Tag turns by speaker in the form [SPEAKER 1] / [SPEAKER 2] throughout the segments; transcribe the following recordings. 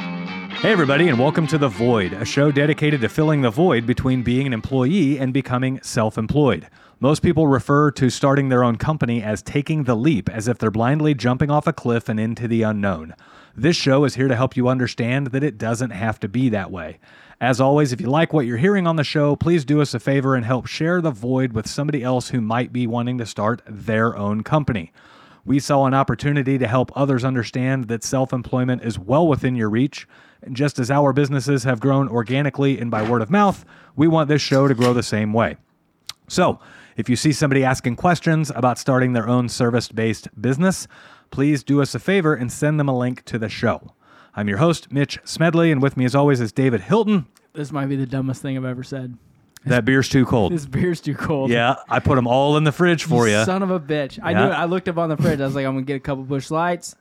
[SPEAKER 1] Hey, everybody, and welcome to The Void, a show dedicated to filling the void between being an employee and becoming self employed. Most people refer to starting their own company as taking the leap, as if they're blindly jumping off a cliff and into the unknown. This show is here to help you understand that it doesn't have to be that way. As always, if you like what you're hearing on the show, please do us a favor and help share The Void with somebody else who might be wanting to start their own company. We saw an opportunity to help others understand that self employment is well within your reach. And just as our businesses have grown organically and by word of mouth, we want this show to grow the same way. So, if you see somebody asking questions about starting their own service based business, please do us a favor and send them a link to the show. I'm your host, Mitch Smedley, and with me as always is David Hilton.
[SPEAKER 2] This might be the dumbest thing I've ever said.
[SPEAKER 1] That beer's too cold.
[SPEAKER 2] This beer's too cold.
[SPEAKER 1] Yeah, I put them all in the fridge for you.
[SPEAKER 2] Son of a bitch. I
[SPEAKER 1] Yeah.
[SPEAKER 2] knew it. I looked up on the fridge. I was like, I'm going to get a couple bush lights.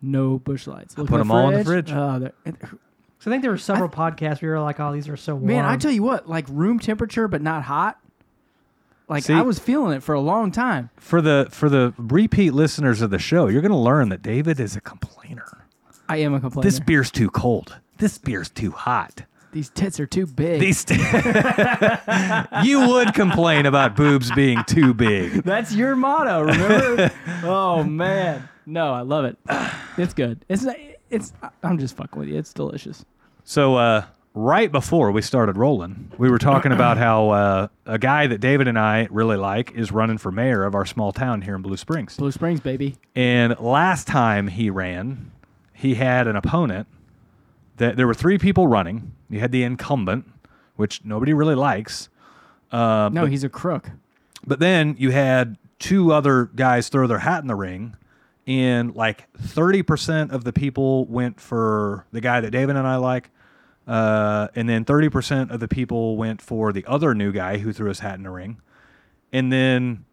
[SPEAKER 2] No bush lights. Look
[SPEAKER 1] put
[SPEAKER 2] in
[SPEAKER 1] them all in the fridge.
[SPEAKER 2] Oh, they're-
[SPEAKER 3] So I think there were several podcasts we were like, "Oh, these are so warm."
[SPEAKER 2] man, I tell you what, like room temperature, but not hot. Like
[SPEAKER 1] See-
[SPEAKER 2] I was feeling it for a long time.
[SPEAKER 1] For the for the repeat listeners of the show, you're going to learn that David is a complainer.
[SPEAKER 2] I am a complainer.
[SPEAKER 1] This beer's too cold. This beer's too hot.
[SPEAKER 2] These tits are too big.
[SPEAKER 1] These you would complain about boobs being too big.
[SPEAKER 2] That's your motto, remember? oh man, no, I love it. It's good. It's it's. I'm just fucking with you. It's delicious.
[SPEAKER 1] So uh, right before we started rolling, we were talking about how uh, a guy that David and I really like is running for mayor of our small town here in Blue Springs.
[SPEAKER 2] Blue Springs, baby.
[SPEAKER 1] And last time he ran, he had an opponent that there were three people running. You had the incumbent, which nobody really likes. Uh,
[SPEAKER 2] No, he's a crook.
[SPEAKER 1] But then you had two other guys throw their hat in the ring, and like 30% of the people went for the guy that David and I like. Uh, and then 30% of the people went for the other new guy who threw his hat in the ring. And then,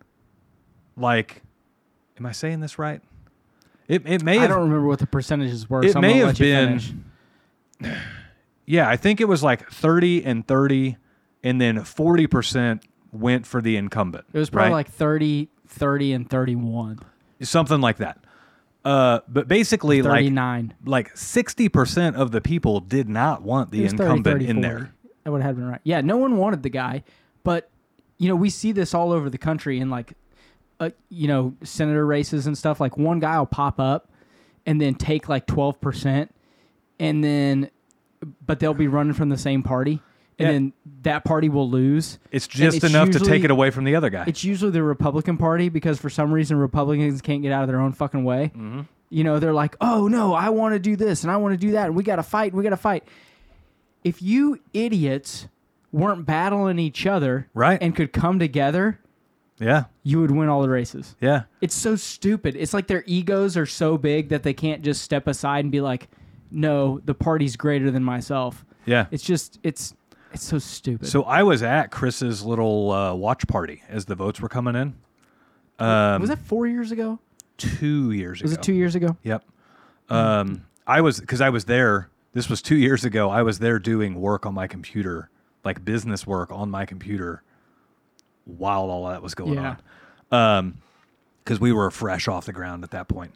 [SPEAKER 1] like, am I saying this right? It, it may
[SPEAKER 2] I
[SPEAKER 1] have
[SPEAKER 2] don't remember what the percentages were.
[SPEAKER 1] It
[SPEAKER 2] so I'm
[SPEAKER 1] may
[SPEAKER 2] gonna
[SPEAKER 1] have
[SPEAKER 2] let you
[SPEAKER 1] been-
[SPEAKER 2] finish.
[SPEAKER 1] Yeah, I think it was like 30 and 30, and then 40% went for the incumbent.
[SPEAKER 2] It was probably
[SPEAKER 1] right?
[SPEAKER 2] like 30, 30, and 31,
[SPEAKER 1] something like that. Uh, but basically, like
[SPEAKER 2] 39.
[SPEAKER 1] like 60% of the people did not want
[SPEAKER 2] It
[SPEAKER 1] the
[SPEAKER 2] was 30,
[SPEAKER 1] incumbent
[SPEAKER 2] 30,
[SPEAKER 1] in
[SPEAKER 2] 40.
[SPEAKER 1] there.
[SPEAKER 2] That would have been right. Yeah, no one wanted the guy, but you know we see this all over the country in like, uh, you know, senator races and stuff. Like one guy will pop up, and then take like twelve percent, and then, but they'll be running from the same party, and
[SPEAKER 1] Yeah.
[SPEAKER 2] then that party will lose.
[SPEAKER 1] It's
[SPEAKER 2] And
[SPEAKER 1] just
[SPEAKER 2] it's
[SPEAKER 1] enough to take
[SPEAKER 2] usually-
[SPEAKER 1] it away from the other guy.
[SPEAKER 2] It's usually the Republican Party because for some reason Republicans can't get out of their own fucking way.
[SPEAKER 1] Mm-hmm.
[SPEAKER 2] You know, they're like, oh no, I want to do this and I want to do that and we got to fight, we got to fight. If you idiots weren't battling each other
[SPEAKER 1] Right.
[SPEAKER 2] and could come together,
[SPEAKER 1] Yeah.
[SPEAKER 2] you would win all the races.
[SPEAKER 1] Yeah.
[SPEAKER 2] It's so stupid. It's like their egos are so big that they can't just step aside and be like, no, the party's greater than myself.
[SPEAKER 1] Yeah.
[SPEAKER 2] It's just, it's, it's so stupid.
[SPEAKER 1] So I was at Chris's little uh, watch party as the votes were coming in um,
[SPEAKER 2] was that four years ago?
[SPEAKER 1] two years
[SPEAKER 2] Was
[SPEAKER 1] ago.
[SPEAKER 2] it two years ago?
[SPEAKER 1] Yep. Um, I was because I was there. This was two years ago. I was there doing work on my computer, like business work on my computer, while all that was going
[SPEAKER 2] Yeah.
[SPEAKER 1] on. Um, because we were fresh off the ground at that point.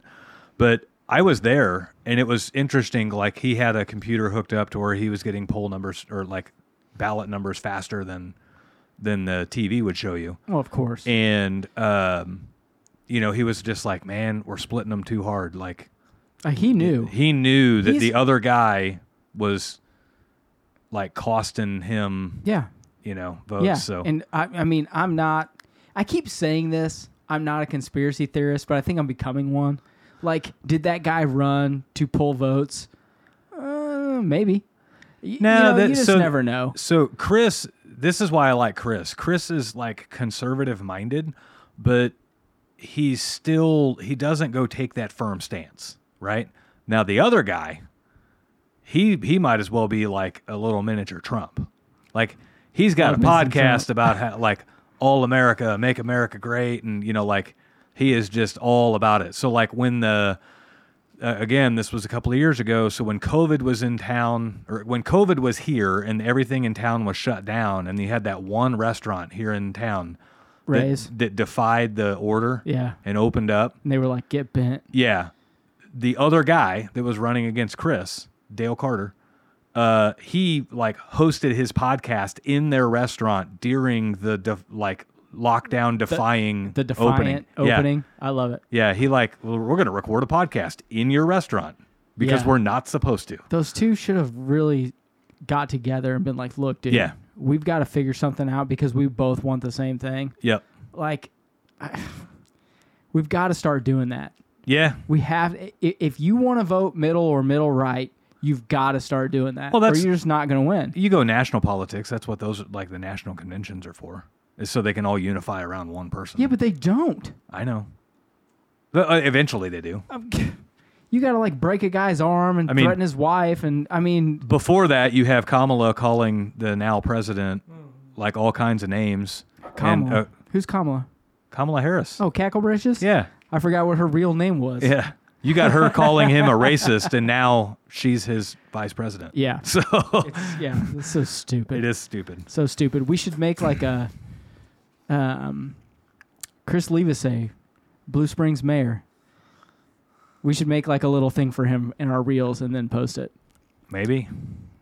[SPEAKER 1] But I was there, and it was interesting. Like he had a computer hooked up to where he was getting poll numbers or like ballot numbers faster than than the TV would show you
[SPEAKER 2] Well, of course.
[SPEAKER 1] and um, you know he was just like, man, we're splitting them too hard. Like
[SPEAKER 2] Uh, he knew.
[SPEAKER 1] he knew that the
[SPEAKER 2] He's-
[SPEAKER 1] other guy was like costing him,
[SPEAKER 2] yeah.
[SPEAKER 1] you know, votes.
[SPEAKER 2] Yeah.
[SPEAKER 1] So
[SPEAKER 2] And I, I mean, I'm not, I keep saying this. I'm not a conspiracy theorist, but I think I'm becoming one. Like, did that guy run to pull votes? Uh, maybe. Y-
[SPEAKER 1] No,
[SPEAKER 2] you, know,
[SPEAKER 1] that-
[SPEAKER 2] you just
[SPEAKER 1] so-
[SPEAKER 2] never know.
[SPEAKER 1] so Chris, this is why I like Chris. Chris is like conservative minded, but he's still he doesn't go take that firm stance, right? Now the other guy, he he might as well be like a little miniature Trump. Like he's got a
[SPEAKER 2] I've been some
[SPEAKER 1] podcast about how like all America, make America great and you know like he is just all about it. So like when the uh, again, this was a couple of years ago. So when COVID was in town, or when COVID was here, and everything in town was shut down, and you had that one restaurant here in town that-
[SPEAKER 2] Raise.
[SPEAKER 1] that, defied the order,
[SPEAKER 2] Yeah.
[SPEAKER 1] and opened up.
[SPEAKER 2] And they were like, get bent.
[SPEAKER 1] Yeah, the other guy that was running against Chris, Dale Carter, uh, he like hosted his podcast in their restaurant during the def- like lockdown defying
[SPEAKER 2] The defiant opening.
[SPEAKER 1] Yeah.
[SPEAKER 2] I love it.
[SPEAKER 1] Yeah, he like well, we're going to record a podcast in your restaurant because
[SPEAKER 2] Yeah.
[SPEAKER 1] we're not supposed to.
[SPEAKER 2] Those two should have really got together and been like, "Look, dude,
[SPEAKER 1] Yeah.
[SPEAKER 2] we've got to figure something out because we both want the same thing."
[SPEAKER 1] Yep.
[SPEAKER 2] Like, we've got to start doing that.
[SPEAKER 1] Yeah.
[SPEAKER 2] We have. i- If you want to vote middle or middle right, you've got to start doing that.
[SPEAKER 1] Well, that's-
[SPEAKER 2] or you're just not going to win.
[SPEAKER 1] You go national politics, that's what those like the national conventions are for. Is so they can all unify around one person.
[SPEAKER 2] Yeah, but they don't.
[SPEAKER 1] I know. But uh, eventually they do.
[SPEAKER 2] You got to like break a guy's arm and
[SPEAKER 1] I mean-
[SPEAKER 2] threaten his wife, and I mean,
[SPEAKER 1] Before that, you have Kamala calling the now president like all kinds of names.
[SPEAKER 2] Kamala.
[SPEAKER 1] And, uh,
[SPEAKER 2] Who's Kamala?
[SPEAKER 1] Kamala Harris.
[SPEAKER 2] Oh, Cackle Britches?
[SPEAKER 1] Yeah.
[SPEAKER 2] I forgot what her real name was.
[SPEAKER 1] Yeah. You got her calling him a racist, and now she's his vice president.
[SPEAKER 2] Yeah.
[SPEAKER 1] So
[SPEAKER 2] It's, yeah. It's so stupid.
[SPEAKER 1] it is stupid.
[SPEAKER 2] So stupid. We should make like a um, Chris Levesay, Blue Springs mayor. We should make like a little thing for him in our reels and then post it.
[SPEAKER 1] Maybe.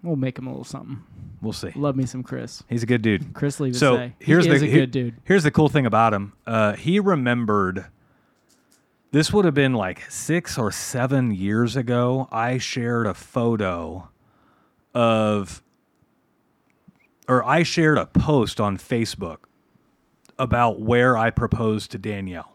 [SPEAKER 2] We'll make him a little something.
[SPEAKER 1] We'll see.
[SPEAKER 2] Love me some Chris.
[SPEAKER 1] He's a good dude.
[SPEAKER 2] Chris Levesay.
[SPEAKER 1] So here's
[SPEAKER 2] he
[SPEAKER 1] the
[SPEAKER 2] is a
[SPEAKER 1] he-
[SPEAKER 2] good dude.
[SPEAKER 1] Here's the cool thing about him. Uh, he remembered. This would have been like six or seven years ago. I shared a photo of, or I shared a post on Facebook about where I proposed to Danielle.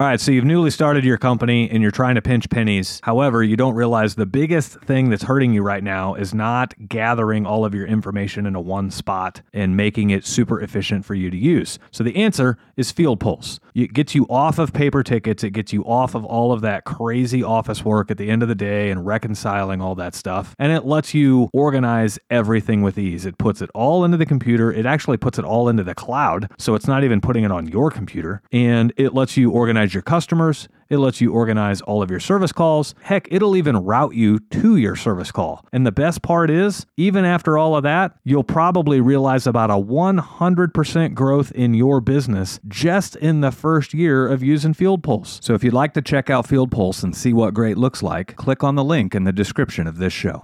[SPEAKER 1] All right, so you've newly started your company and you're trying to pinch pennies. However, you don't realize the biggest thing that's hurting you right now is not gathering all of your information into one spot and making it super efficient for you to use. So the answer is Field Pulse. It gets you off of paper tickets, it gets you off of all of that crazy office work at the end of the day and reconciling all that stuff. And it lets you organize everything with ease. It puts it all into the computer, it actually puts it all into the cloud. So it's not even putting it on your computer. And it lets you organize your customers. It lets you organize all of your service calls. Heck, it'll even route you to your service call. And the best part is, even after all of that, you'll probably realize about a 100% growth in your business just in the first year of using Field Pulse. So if you'd like to check out Field Pulse and see what great looks like, click on the link in the description of this show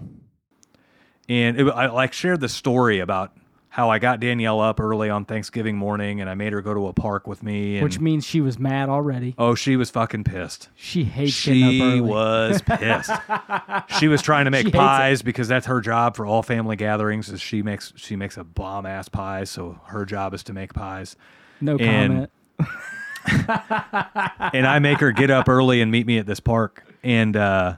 [SPEAKER 1] and it, I like shared the story about how I got Danielle up early on Thanksgiving morning and I made her go to a park with me. And,
[SPEAKER 2] Which means she was mad already.
[SPEAKER 1] oh, she was fucking pissed.
[SPEAKER 2] She hates getting
[SPEAKER 1] She
[SPEAKER 2] up early.
[SPEAKER 1] was pissed. she was trying to make
[SPEAKER 2] hates it.
[SPEAKER 1] pies because that's her job for all family gatherings. Is she makes she makes a bomb ass pie, so her job is to make pies.
[SPEAKER 2] No
[SPEAKER 1] And-
[SPEAKER 2] comment.
[SPEAKER 1] and I make her get up early and meet me at this park. And uh,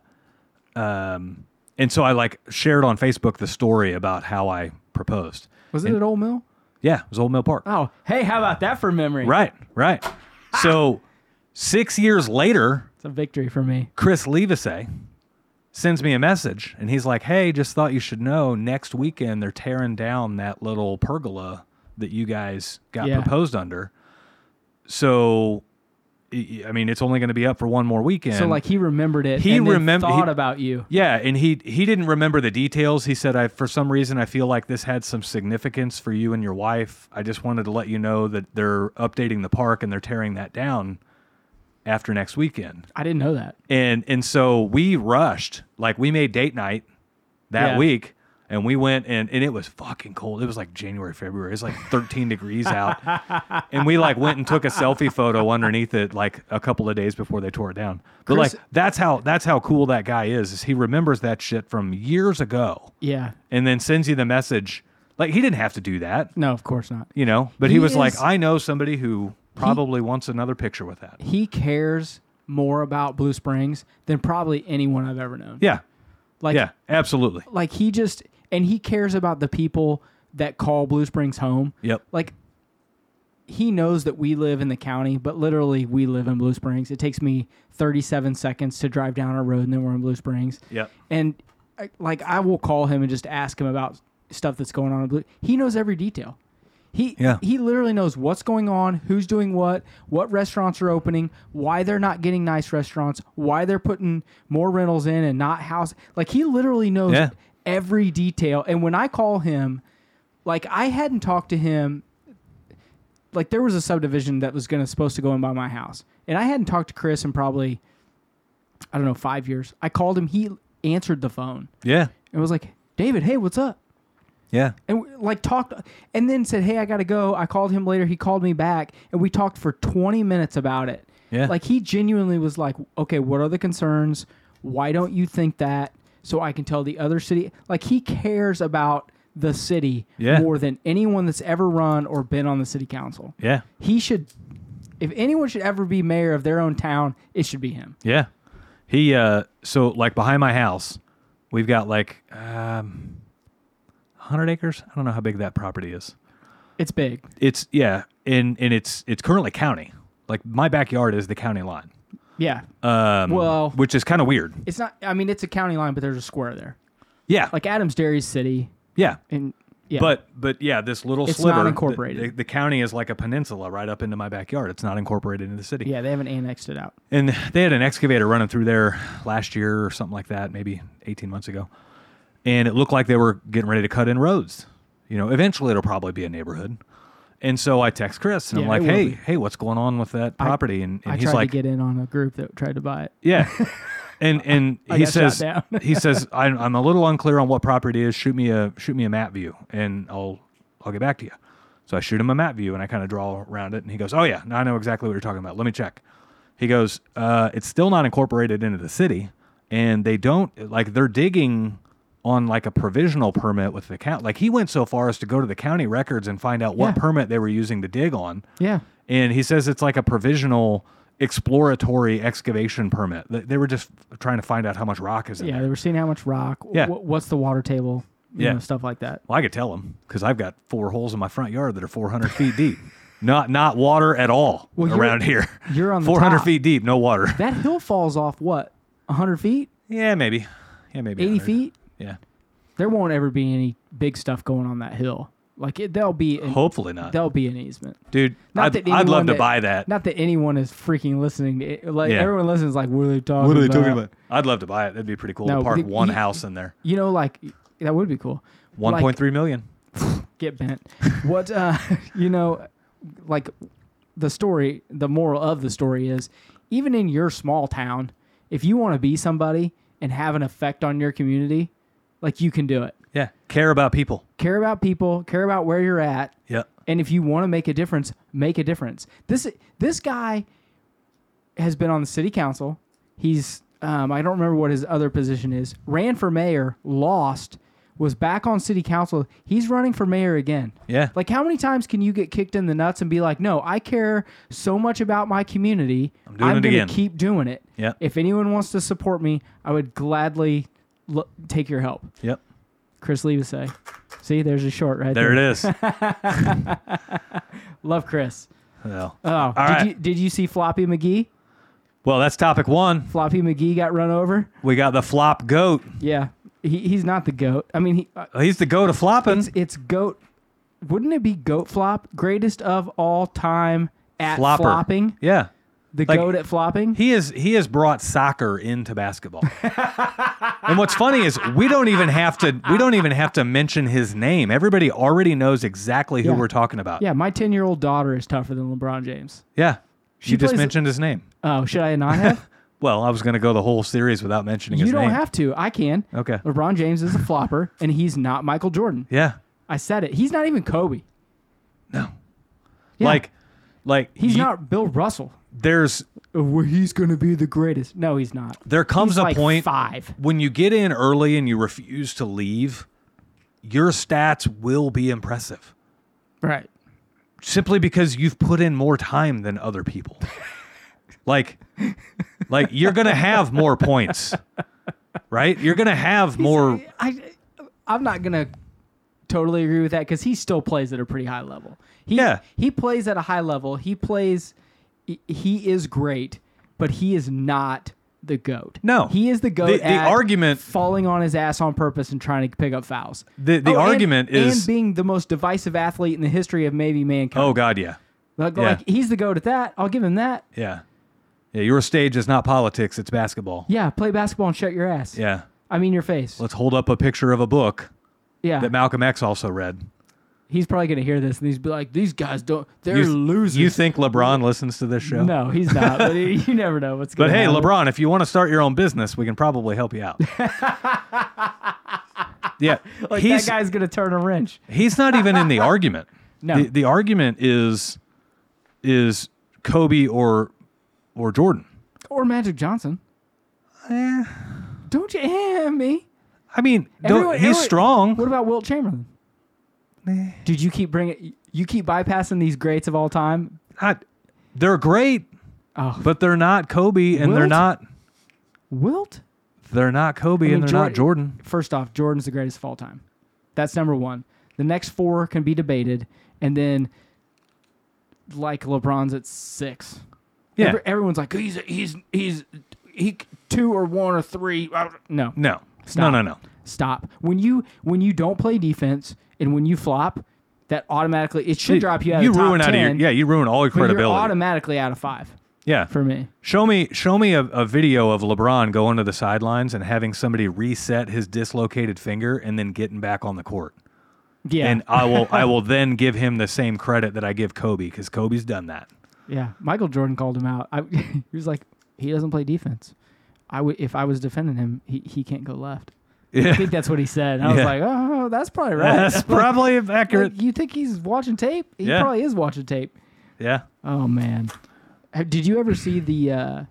[SPEAKER 1] um, and so I like shared on Facebook the story about how I proposed.
[SPEAKER 2] Was it at Old Mill?
[SPEAKER 1] Yeah, it was Old Mill Park.
[SPEAKER 2] Oh, hey, how about that for memory?
[SPEAKER 1] Right, right. So six years later,
[SPEAKER 2] It's a victory for me.
[SPEAKER 1] Chris Levesay sends me a message and he's like, Hey, just thought you should know next weekend they're tearing down that little pergola that you guys got
[SPEAKER 2] Yeah.
[SPEAKER 1] proposed under. So, y- y- I mean, it's only going to be up for one more weekend.
[SPEAKER 2] so like he remembered it.
[SPEAKER 1] He
[SPEAKER 2] and then
[SPEAKER 1] remem-
[SPEAKER 2] thought
[SPEAKER 1] he-
[SPEAKER 2] about you.
[SPEAKER 1] Yeah, and he he didn't remember the details. He said, "I for some reason I feel like this had some significance for you and your wife. I just wanted to let you know that they're updating the park and they're tearing that down after next weekend."
[SPEAKER 2] I didn't know that.
[SPEAKER 1] And and so we rushed, like we made date night that
[SPEAKER 2] Yeah.
[SPEAKER 1] week, and we went and and it was fucking cold. It was like January, February. It's like 13 degrees out, and we like went and took a selfie photo underneath it, like a couple of days before they tore it down. But
[SPEAKER 2] Chris-
[SPEAKER 1] like that's how that's how cool that guy is. Is he remembers that shit from years ago,
[SPEAKER 2] Yeah.
[SPEAKER 1] and then sends you the message. Like he didn't have to do that,
[SPEAKER 2] No, of course not.
[SPEAKER 1] you know. But he,
[SPEAKER 2] He
[SPEAKER 1] was like,
[SPEAKER 2] is-
[SPEAKER 1] I know somebody who probably wants another picture with that.
[SPEAKER 2] He cares more about Blue Springs than probably anyone I've ever known.
[SPEAKER 1] Yeah,
[SPEAKER 2] Like
[SPEAKER 1] yeah, absolutely.
[SPEAKER 2] like he just and he cares about the people that call Blue Springs home.
[SPEAKER 1] Yep.
[SPEAKER 2] Like he knows that we live in the county, but literally we live in Blue Springs. It takes me 37 seconds to drive down a road and then we're in Blue Springs.
[SPEAKER 1] Yep.
[SPEAKER 2] And I- like I will call him and just ask him about stuff that's going on in Blue. He knows every detail. He
[SPEAKER 1] Yeah.
[SPEAKER 2] he literally knows what's going on, who's doing what, what restaurants are opening, why they're not getting nice restaurants, why they're putting more rentals in and not house. Like he literally knows
[SPEAKER 1] Yeah.
[SPEAKER 2] every detail. And when I call him, like I hadn't talked to him like there was a subdivision that was going to supposed to go in by my house. And I hadn't talked to Chris in probably I don't know, five years. I called him. He answered the phone
[SPEAKER 1] Yeah.
[SPEAKER 2] and was like, David, hey, what's up?
[SPEAKER 1] Yeah.
[SPEAKER 2] And we, like talked, and then said, hey, I gotta go. I called him later. He called me back, and we talked for 20 minutes about it.
[SPEAKER 1] Yeah.
[SPEAKER 2] Like he genuinely was like, okay, what are the concerns? Why don't you think that? So I can tell the other city. Like he cares about the city
[SPEAKER 1] Yeah.
[SPEAKER 2] more than anyone that's ever run or been on the city council.
[SPEAKER 1] Yeah.
[SPEAKER 2] He should, if anyone should ever be mayor of their own town, it should be him.
[SPEAKER 1] Yeah. He uh so like behind my house, we've got like um 100 acres. I don't know how big that property is.
[SPEAKER 2] It's big.
[SPEAKER 1] It's yeah, and and it's it's currently county. Like my backyard is the county line.
[SPEAKER 2] Yeah.
[SPEAKER 1] Um
[SPEAKER 2] Well-
[SPEAKER 1] which is kind of weird.
[SPEAKER 2] It's not, I mean, it's a county line, but there's a square there.
[SPEAKER 1] Yeah.
[SPEAKER 2] Like Adams Dairy's city.
[SPEAKER 1] yeah.
[SPEAKER 2] And yeah.
[SPEAKER 1] But but yeah, this little
[SPEAKER 2] It's
[SPEAKER 1] sliver
[SPEAKER 2] not
[SPEAKER 1] the-
[SPEAKER 2] incorporated.
[SPEAKER 1] The, the county is like a peninsula right up into my backyard. It's not incorporated into the city.
[SPEAKER 2] yeah, they haven't annexed it out.
[SPEAKER 1] And they had an excavator running through there last year or something like that, maybe 18 months ago. And it looked like they were getting ready to cut in roads. You know, eventually it'll probably be a neighborhood. And so I text Chris and I'm
[SPEAKER 2] Yeah,
[SPEAKER 1] like,
[SPEAKER 2] it will
[SPEAKER 1] hey,
[SPEAKER 2] be.
[SPEAKER 1] hey, what's going on with that property? and and
[SPEAKER 2] I
[SPEAKER 1] he's
[SPEAKER 2] tried
[SPEAKER 1] like,
[SPEAKER 2] to get in on a group that tried to buy it.
[SPEAKER 1] yeah. And and
[SPEAKER 2] I
[SPEAKER 1] he
[SPEAKER 2] got shot
[SPEAKER 1] says
[SPEAKER 2] down.
[SPEAKER 1] he says I'm, I'm a little unclear on what property it is. Shoot me a shoot me a map view and I'll I'll get back to you. So I shoot him a map view and I kind of draw around it and he goes, "Oh yeah, now I know exactly what you're talking about. Let me check." He goes, uh, "It's still not incorporated into the city and they don't like they're digging on like a provisional permit with the count. Like he went so far as to go to the county records and find out what
[SPEAKER 2] Yeah.
[SPEAKER 1] permit they were using to dig on
[SPEAKER 2] Yeah.
[SPEAKER 1] and he says it's like a provisional exploratory excavation permit. They, they were just trying to find out how much rock is in
[SPEAKER 2] Yeah, they
[SPEAKER 1] there.
[SPEAKER 2] were seeing how much rock. wh-
[SPEAKER 1] Yeah.
[SPEAKER 2] wh- what's the water table? You
[SPEAKER 1] Yeah.
[SPEAKER 2] know, stuff like that.
[SPEAKER 1] Well, I could tell him because I've got four holes in my front yard that are 400 feet deep. Not not water at all
[SPEAKER 2] Well, you're-
[SPEAKER 1] around here.
[SPEAKER 2] you're on the
[SPEAKER 1] 400
[SPEAKER 2] top.
[SPEAKER 1] feet deep, no water.
[SPEAKER 2] That hill falls off what? 100 feet?
[SPEAKER 1] yeah, maybe. Yeah, maybe.
[SPEAKER 2] 80
[SPEAKER 1] 100.
[SPEAKER 2] feet?
[SPEAKER 1] Yeah.
[SPEAKER 2] There won't ever be any big stuff going on that hill. Like, it, there'll be. An,
[SPEAKER 1] Hopefully not,
[SPEAKER 2] There'll be an easement.
[SPEAKER 1] dude.
[SPEAKER 2] Not
[SPEAKER 1] I'd,
[SPEAKER 2] that
[SPEAKER 1] I'd
[SPEAKER 2] anyone
[SPEAKER 1] love to
[SPEAKER 2] that-
[SPEAKER 1] buy that.
[SPEAKER 2] Not that anyone is freaking listening to it. Like,
[SPEAKER 1] Yeah.
[SPEAKER 2] everyone listens, like, what are they talking about?
[SPEAKER 1] I'd love to buy it. That'd be pretty cool.
[SPEAKER 2] No,
[SPEAKER 1] to park
[SPEAKER 2] but
[SPEAKER 1] one
[SPEAKER 2] you-
[SPEAKER 1] house in there.
[SPEAKER 2] You know, like, that would be cool.
[SPEAKER 1] One
[SPEAKER 2] Like-
[SPEAKER 1] point three million.
[SPEAKER 2] get bent. what uh, you know, like the story, the moral of the story is, even in your small town, if you want to be somebody and have an effect on your community, like you can do it.
[SPEAKER 1] Yeah. Care about people.
[SPEAKER 2] Care about people, care about where you're at,
[SPEAKER 1] Yeah.
[SPEAKER 2] and if you want to make a difference, make a difference. This this guy has been on the city council. He's um, I don't remember what his other position is. Ran for mayor, lost, was back on city council. He's running for mayor again.
[SPEAKER 1] Yeah.
[SPEAKER 2] Like how many times can you get kicked in the nuts and be like, "No, I care so much about my community. I'm
[SPEAKER 1] doing it
[SPEAKER 2] gonna
[SPEAKER 1] again."
[SPEAKER 2] Keep doing it.
[SPEAKER 1] Yeah.
[SPEAKER 2] If anyone wants to support me, I would gladly l- take your help."
[SPEAKER 1] Yep.
[SPEAKER 2] Chris Levesay. See, there's a short right there.
[SPEAKER 1] There it is.
[SPEAKER 2] Love Chris.
[SPEAKER 1] Well.
[SPEAKER 2] Oh, did
[SPEAKER 1] right.
[SPEAKER 2] you did you see Floppy McGee?
[SPEAKER 1] Well, that's topic one.
[SPEAKER 2] Floppy McGee got run over.
[SPEAKER 1] We got the flop goat. Oh,
[SPEAKER 2] Yeah, he, he's not the goat. I mean, he, uh,
[SPEAKER 1] He's the goat of flopping.
[SPEAKER 2] it's, it's goat. Wouldn't it be goat flop? Greatest of all time at
[SPEAKER 1] Flopper.
[SPEAKER 2] flopping.
[SPEAKER 1] Yeah.
[SPEAKER 2] The
[SPEAKER 1] Like-
[SPEAKER 2] goat at flopping.
[SPEAKER 1] He is he has brought soccer into basketball. and what's funny is we don't even have to we don't even have to mention his name. Everybody already knows exactly who
[SPEAKER 2] Yeah.
[SPEAKER 1] we're talking about.
[SPEAKER 2] yeah, my ten year old daughter is tougher than LeBron James.
[SPEAKER 1] Yeah. you just
[SPEAKER 2] plays-
[SPEAKER 1] mentioned his name.
[SPEAKER 2] Oh, should I not have?
[SPEAKER 1] Well, I was going to go the whole series without mentioning
[SPEAKER 2] you
[SPEAKER 1] his
[SPEAKER 2] don't
[SPEAKER 1] name.
[SPEAKER 2] have to. I can.
[SPEAKER 1] Okay.
[SPEAKER 2] LeBron James is a flopper, and he's not Michael Jordan.
[SPEAKER 1] Yeah.
[SPEAKER 2] I said it. He's not even Kobe.
[SPEAKER 1] No.
[SPEAKER 2] Yeah.
[SPEAKER 1] Like like
[SPEAKER 2] he's
[SPEAKER 1] you-
[SPEAKER 2] not Bill Russell. Oh,
[SPEAKER 1] there's
[SPEAKER 2] Well, he's gonna be the greatest. No, he's not.
[SPEAKER 1] there comes
[SPEAKER 2] He's
[SPEAKER 1] a
[SPEAKER 2] like
[SPEAKER 1] point
[SPEAKER 2] five.
[SPEAKER 1] when you get in early and you refuse to leave, your stats will be impressive.
[SPEAKER 2] Right.
[SPEAKER 1] simply because you've put in more time than other people. like, like you're gonna have more points, right? You're gonna have more.
[SPEAKER 2] I, I'm not gonna totally agree with that because he still plays at a pretty high level. He,
[SPEAKER 1] Yeah.
[SPEAKER 2] he plays at a high level. He plays. he- He is great, but he is not the goat.
[SPEAKER 1] No.
[SPEAKER 2] he is the goat.
[SPEAKER 1] The- the
[SPEAKER 2] at
[SPEAKER 1] argument-
[SPEAKER 2] falling on his ass on purpose and trying to pick up fouls.
[SPEAKER 1] The- the
[SPEAKER 2] oh, and-
[SPEAKER 1] argument is-
[SPEAKER 2] and being the most divisive athlete in the history of maybe mankind.
[SPEAKER 1] Oh God, yeah,
[SPEAKER 2] like,
[SPEAKER 1] yeah.
[SPEAKER 2] like, he's the goat at that. I'll give him that.
[SPEAKER 1] yeah, yeah. Your stage is not politics; it's basketball.
[SPEAKER 2] Yeah, play basketball and shut your ass.
[SPEAKER 1] Yeah.
[SPEAKER 2] I mean your face.
[SPEAKER 1] Let's hold up a picture of a book
[SPEAKER 2] yeah,
[SPEAKER 1] that Malcolm X also read.
[SPEAKER 2] he's probably gonna hear this and he's be like, these guys don't. They're
[SPEAKER 1] You,
[SPEAKER 2] losers.
[SPEAKER 1] you think LeBron listens to this show?
[SPEAKER 2] no, he's not. But he, you never know what's
[SPEAKER 1] But
[SPEAKER 2] going.
[SPEAKER 1] hey,
[SPEAKER 2] happen.
[SPEAKER 1] LeBron, if you want to start your own business, we can probably help you out. yeah,
[SPEAKER 2] like
[SPEAKER 1] he's
[SPEAKER 2] that guy's gonna turn a wrench.
[SPEAKER 1] he's not even in the argument.
[SPEAKER 2] No.
[SPEAKER 1] the, the argument is is Kobe or or Jordan.
[SPEAKER 2] Or Magic Johnson.
[SPEAKER 1] Eh,
[SPEAKER 2] Don't you eh, me?
[SPEAKER 1] I mean, don't-
[SPEAKER 2] Everyone-
[SPEAKER 1] he's
[SPEAKER 2] everyone-
[SPEAKER 1] strong. Eh,
[SPEAKER 2] What about Wilt Chamberlain? Did you keep bringing? You keep bypassing these greats of all time.
[SPEAKER 1] Not- they're great,
[SPEAKER 2] Oh,
[SPEAKER 1] but they're not Kobe, and they're
[SPEAKER 2] Wilt?
[SPEAKER 1] not
[SPEAKER 2] Wilt.
[SPEAKER 1] they're not Kobe,
[SPEAKER 2] I mean,
[SPEAKER 1] and they're not
[SPEAKER 2] Jor-
[SPEAKER 1] Jordan.
[SPEAKER 2] First off, Jordan's the greatest of all time. That's number one. The next four can be debated, and then like LeBron's at six.
[SPEAKER 1] Yeah,
[SPEAKER 2] Every- everyone's like he's he's he's he two or one or three. No,
[SPEAKER 1] no,
[SPEAKER 2] Stop.
[SPEAKER 1] no, no, no.
[SPEAKER 2] stop. When you when you don't play defense and when you flop, that automatically it should drop you out.
[SPEAKER 1] you
[SPEAKER 2] of the top
[SPEAKER 1] ruin
[SPEAKER 2] 10,
[SPEAKER 1] out of your yeah, you ruin all your
[SPEAKER 2] but
[SPEAKER 1] credibility.
[SPEAKER 2] You're automatically out of five
[SPEAKER 1] yeah,
[SPEAKER 2] for me.
[SPEAKER 1] Show me, show me a, a video of LeBron going to the sidelines and having somebody reset his dislocated finger and then getting back on the court.
[SPEAKER 2] Yeah,
[SPEAKER 1] And I will, I will then give him the same credit that I give Kobe because Kobe's done that.
[SPEAKER 2] yeah. Michael Jordan called him out. I, he was like, he doesn't play defense. I would if I was defending him, he, he can't go left. I
[SPEAKER 1] Yeah,
[SPEAKER 2] think that's what he said. And I was
[SPEAKER 1] Yeah.
[SPEAKER 2] like, oh, that's probably right.
[SPEAKER 1] that's probably accurate.
[SPEAKER 2] Like, you think he's watching tape? He
[SPEAKER 1] Yeah.
[SPEAKER 2] probably is watching tape.
[SPEAKER 1] Yeah,
[SPEAKER 2] Oh man, Have- did you ever see the uh,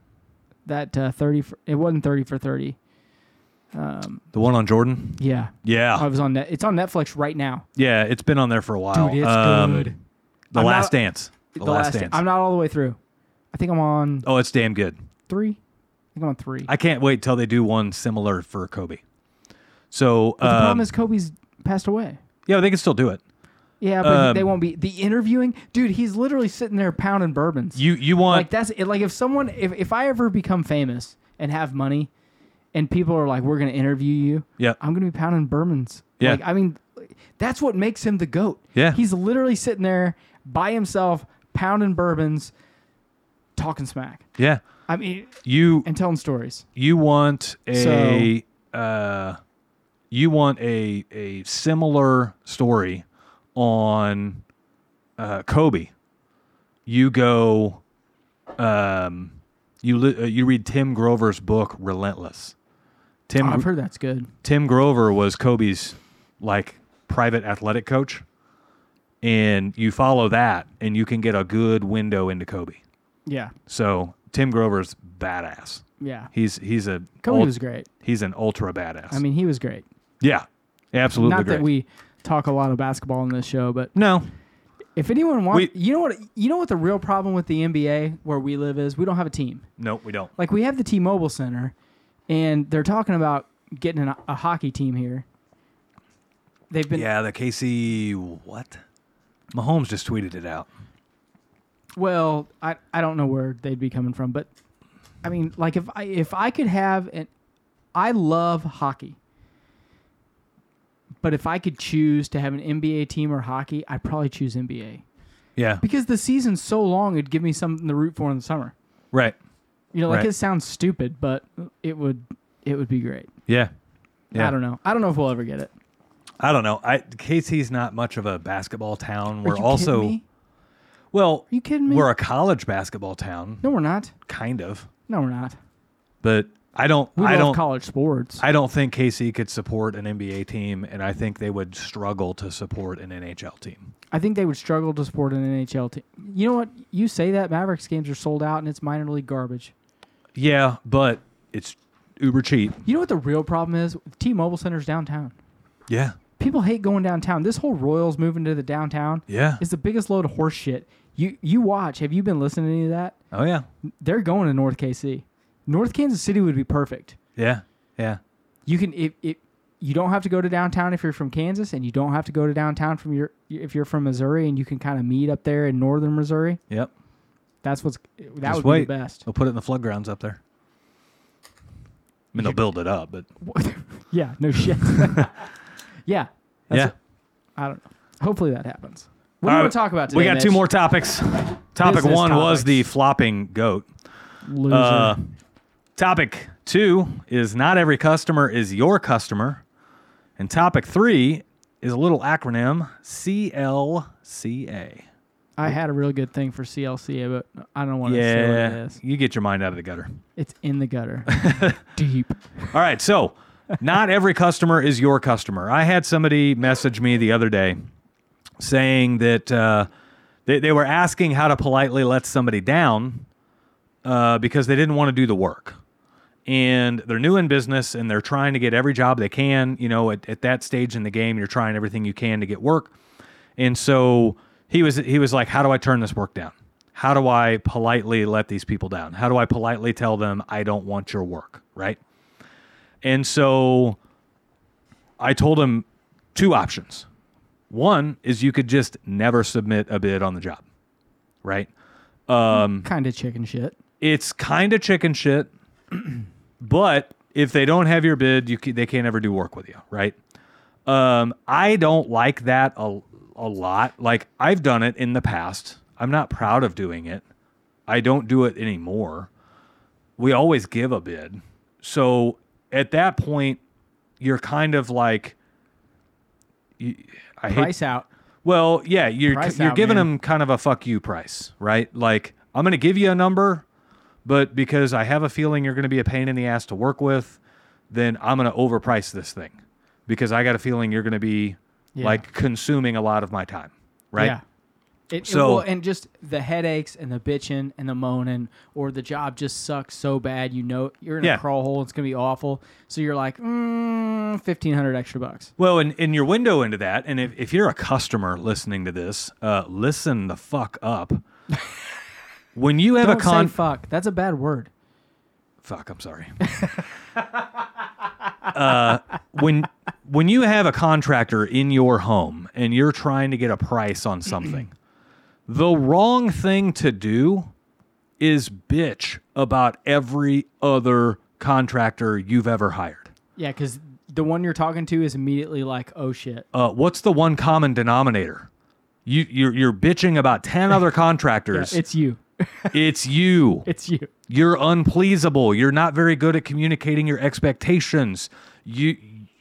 [SPEAKER 2] that uh, thirty? For, it wasn't thirty for thirty. Um,
[SPEAKER 1] the one on Jordan.
[SPEAKER 2] yeah, I
[SPEAKER 1] Yeah,
[SPEAKER 2] was on. Net, it's on Netflix right now.
[SPEAKER 1] yeah, it's been on there for a while.
[SPEAKER 2] Dude, it's
[SPEAKER 1] Um,
[SPEAKER 2] good.
[SPEAKER 1] The
[SPEAKER 2] I'm
[SPEAKER 1] Last
[SPEAKER 2] not-
[SPEAKER 1] Dance. The, Last, Dance.
[SPEAKER 2] I'm not all the way through. I think I'm on
[SPEAKER 1] oh, it's damn good.
[SPEAKER 2] three. I think I'm on three.
[SPEAKER 1] I can't wait till they do one similar for Kobe. So,
[SPEAKER 2] but the problem
[SPEAKER 1] um,
[SPEAKER 2] is Kobe's passed away.
[SPEAKER 1] yeah, they can still do it.
[SPEAKER 2] Yeah, but
[SPEAKER 1] um,
[SPEAKER 2] they won't be the interviewing. Dude, he's literally sitting there pounding bourbons.
[SPEAKER 1] You, you want
[SPEAKER 2] like that's it, like if someone if, if I ever become famous and have money and people are like we're going to interview you
[SPEAKER 1] Yeah.
[SPEAKER 2] I'm going to be pounding Burmans
[SPEAKER 1] Yeah.
[SPEAKER 2] like I mean like, that's what makes him the goat
[SPEAKER 1] Yeah.
[SPEAKER 2] he's literally sitting there by himself pounding bourbons talking smack
[SPEAKER 1] Yeah,
[SPEAKER 2] I mean
[SPEAKER 1] you
[SPEAKER 2] and telling stories
[SPEAKER 1] you want a uh, you want a a similar story on uh, Kobe. You go, um, you li- uh, you read Tim Grover's book Relentless. Tim
[SPEAKER 2] I've heard that's good
[SPEAKER 1] Tim Grover was Kobe's like private athletic coach, and you follow that, and you can get a good window into Kobe.
[SPEAKER 2] yeah
[SPEAKER 1] So Tim Grover's badass.
[SPEAKER 2] yeah
[SPEAKER 1] He's he's a
[SPEAKER 2] Kobe
[SPEAKER 1] ult-
[SPEAKER 2] was great
[SPEAKER 1] he's an ultra badass.
[SPEAKER 2] I mean he was great
[SPEAKER 1] yeah, absolutely
[SPEAKER 2] not
[SPEAKER 1] great.
[SPEAKER 2] that we talk a lot of basketball in this show but
[SPEAKER 1] no,
[SPEAKER 2] if anyone wants
[SPEAKER 1] We-
[SPEAKER 2] you know what you know what the real problem with the NBA where we live is we don't have a team
[SPEAKER 1] no, we don't.
[SPEAKER 2] like we have the T-Mobile Center, and they're talking about getting an, a hockey team here. They've been
[SPEAKER 1] Yeah, the KC what? Mahomes just tweeted it out.
[SPEAKER 2] well. I, I don't know where they'd be coming from, but I mean, like if I if I could have an, I love hockey, but if I could choose to have an NBA team or hockey, I'd probably choose NBA
[SPEAKER 1] Yeah,
[SPEAKER 2] because the season's so long. It'd give me something to root for in the summer.
[SPEAKER 1] right.
[SPEAKER 2] You know, like
[SPEAKER 1] Right.
[SPEAKER 2] it sounds stupid, but it would it would be great.
[SPEAKER 1] Yeah, yeah.
[SPEAKER 2] I don't know. I don't know if we'll ever get it.
[SPEAKER 1] I don't know. I KC's not much of a basketball town. We're
[SPEAKER 2] Are you kidding
[SPEAKER 1] also
[SPEAKER 2] me?
[SPEAKER 1] well.
[SPEAKER 2] Are you kidding me?
[SPEAKER 1] We're a college basketball town,
[SPEAKER 2] No, we're not.
[SPEAKER 1] kind of.
[SPEAKER 2] No, we're not.
[SPEAKER 1] But I don't.
[SPEAKER 2] We
[SPEAKER 1] I
[SPEAKER 2] love
[SPEAKER 1] don't.
[SPEAKER 2] college sports.
[SPEAKER 1] I don't think KC could support an NBA team, and I think they would struggle to support an NHL team.
[SPEAKER 2] I think they would struggle to support an NHL team. You know what? You say that Mavericks games are sold out and it's minor league garbage.
[SPEAKER 1] Yeah, but it's uber cheap.
[SPEAKER 2] You know what the real problem is? T-Mobile Center's downtown.
[SPEAKER 1] Yeah,
[SPEAKER 2] People hate going downtown. This whole Royals moving to the downtown
[SPEAKER 1] yeah.
[SPEAKER 2] is the biggest load of horse shit. You you watch. Have you been listening to any of that?
[SPEAKER 1] Oh yeah,
[SPEAKER 2] They're going to North KC. North Kansas City would be perfect.
[SPEAKER 1] yeah, yeah,
[SPEAKER 2] You can if it you don't have to go to downtown if you're from Kansas, and you don't have to go to downtown from your if you're from Missouri, and you can kind of meet up there in northern Missouri.
[SPEAKER 1] yep.
[SPEAKER 2] That's what's that
[SPEAKER 1] Just
[SPEAKER 2] would
[SPEAKER 1] wait.
[SPEAKER 2] be the best.
[SPEAKER 1] They'll put it in the flood grounds up there. I mean, they'll build it up, but
[SPEAKER 2] yeah, no shit.
[SPEAKER 1] yeah.
[SPEAKER 2] yeah, it. I don't know. Hopefully that happens. What
[SPEAKER 1] All
[SPEAKER 2] do you
[SPEAKER 1] right,
[SPEAKER 2] want to talk about today?
[SPEAKER 1] we got two
[SPEAKER 2] Mitch?
[SPEAKER 1] more topics. Topic
[SPEAKER 2] Business
[SPEAKER 1] one was
[SPEAKER 2] topics.
[SPEAKER 1] the flopping goat.
[SPEAKER 2] Loser.
[SPEAKER 1] Uh, topic two is not every customer is your customer. And topic three is a little acronym CLCA.
[SPEAKER 2] I had a really good thing for CLCA, but I don't want to say what it
[SPEAKER 1] Yeah,
[SPEAKER 2] is.
[SPEAKER 1] you get your mind out of the gutter.
[SPEAKER 2] It's in the gutter, deep.
[SPEAKER 1] All right, so not every customer is your customer. I had somebody message me the other day saying that uh, they, they were asking how to politely let somebody down uh, because they didn't want to do the work. And they're new in business and they're trying to get every job they can. You know, at, at that stage in the game, you're trying everything you can to get work. And so he was he was like, "How do I turn this work down? How do I politely let these people down? How do I politely tell them I don't want your work?" Right? And so I told him two options. One is you could just never submit a bid on the job, right? Mm.
[SPEAKER 2] kind of chicken shit.
[SPEAKER 1] It's kind of chicken shit, but if they don't have your bid, you ca they can't ever do work with you, right? Um, I don't like that a, a lot. Like I've done it in the past. I'm not proud of doing it. I don't do it anymore. We always give a bid. So at that point, you're kind of like, you, I hate
[SPEAKER 2] Price out.
[SPEAKER 1] well, yeah, you're
[SPEAKER 2] Price
[SPEAKER 1] you're
[SPEAKER 2] out,
[SPEAKER 1] giving
[SPEAKER 2] man.
[SPEAKER 1] them kind of a fuck you price, right? Like I'm going to give you a number, but because I have a feeling you're going to be a pain in the ass to work with, then I'm going to overprice this thing because I got a feeling you're going to be
[SPEAKER 2] Yeah.
[SPEAKER 1] like consuming a lot of my time, right?
[SPEAKER 2] Yeah. It, so
[SPEAKER 1] So-
[SPEAKER 2] and just the headaches and the bitching and the moaning, or the job just sucks so bad you know you're in
[SPEAKER 1] Yeah.
[SPEAKER 2] a crawl hole. It's gonna be awful. So you're like, mm, fifteen hundred extra bucks.
[SPEAKER 1] Well, and, and your window into that, and if, if you're a customer listening to this, uh, listen the fuck up. when you have
[SPEAKER 2] Don't
[SPEAKER 1] a con,
[SPEAKER 2] say fuck. That's a bad word.
[SPEAKER 1] Fuck, I'm sorry. uh, when when you have a contractor in your home and you're trying to get a price on something, the wrong thing to do is bitch about every other contractor you've ever hired.
[SPEAKER 2] Yeah, because the one you're talking to is immediately like, oh shit.
[SPEAKER 1] Uh, what's the one common denominator? You you're, you're bitching about ten other contractors.
[SPEAKER 2] It's you.
[SPEAKER 1] it's, you.
[SPEAKER 2] It's you.
[SPEAKER 1] you're unpleasable you're not very good at communicating your expectations you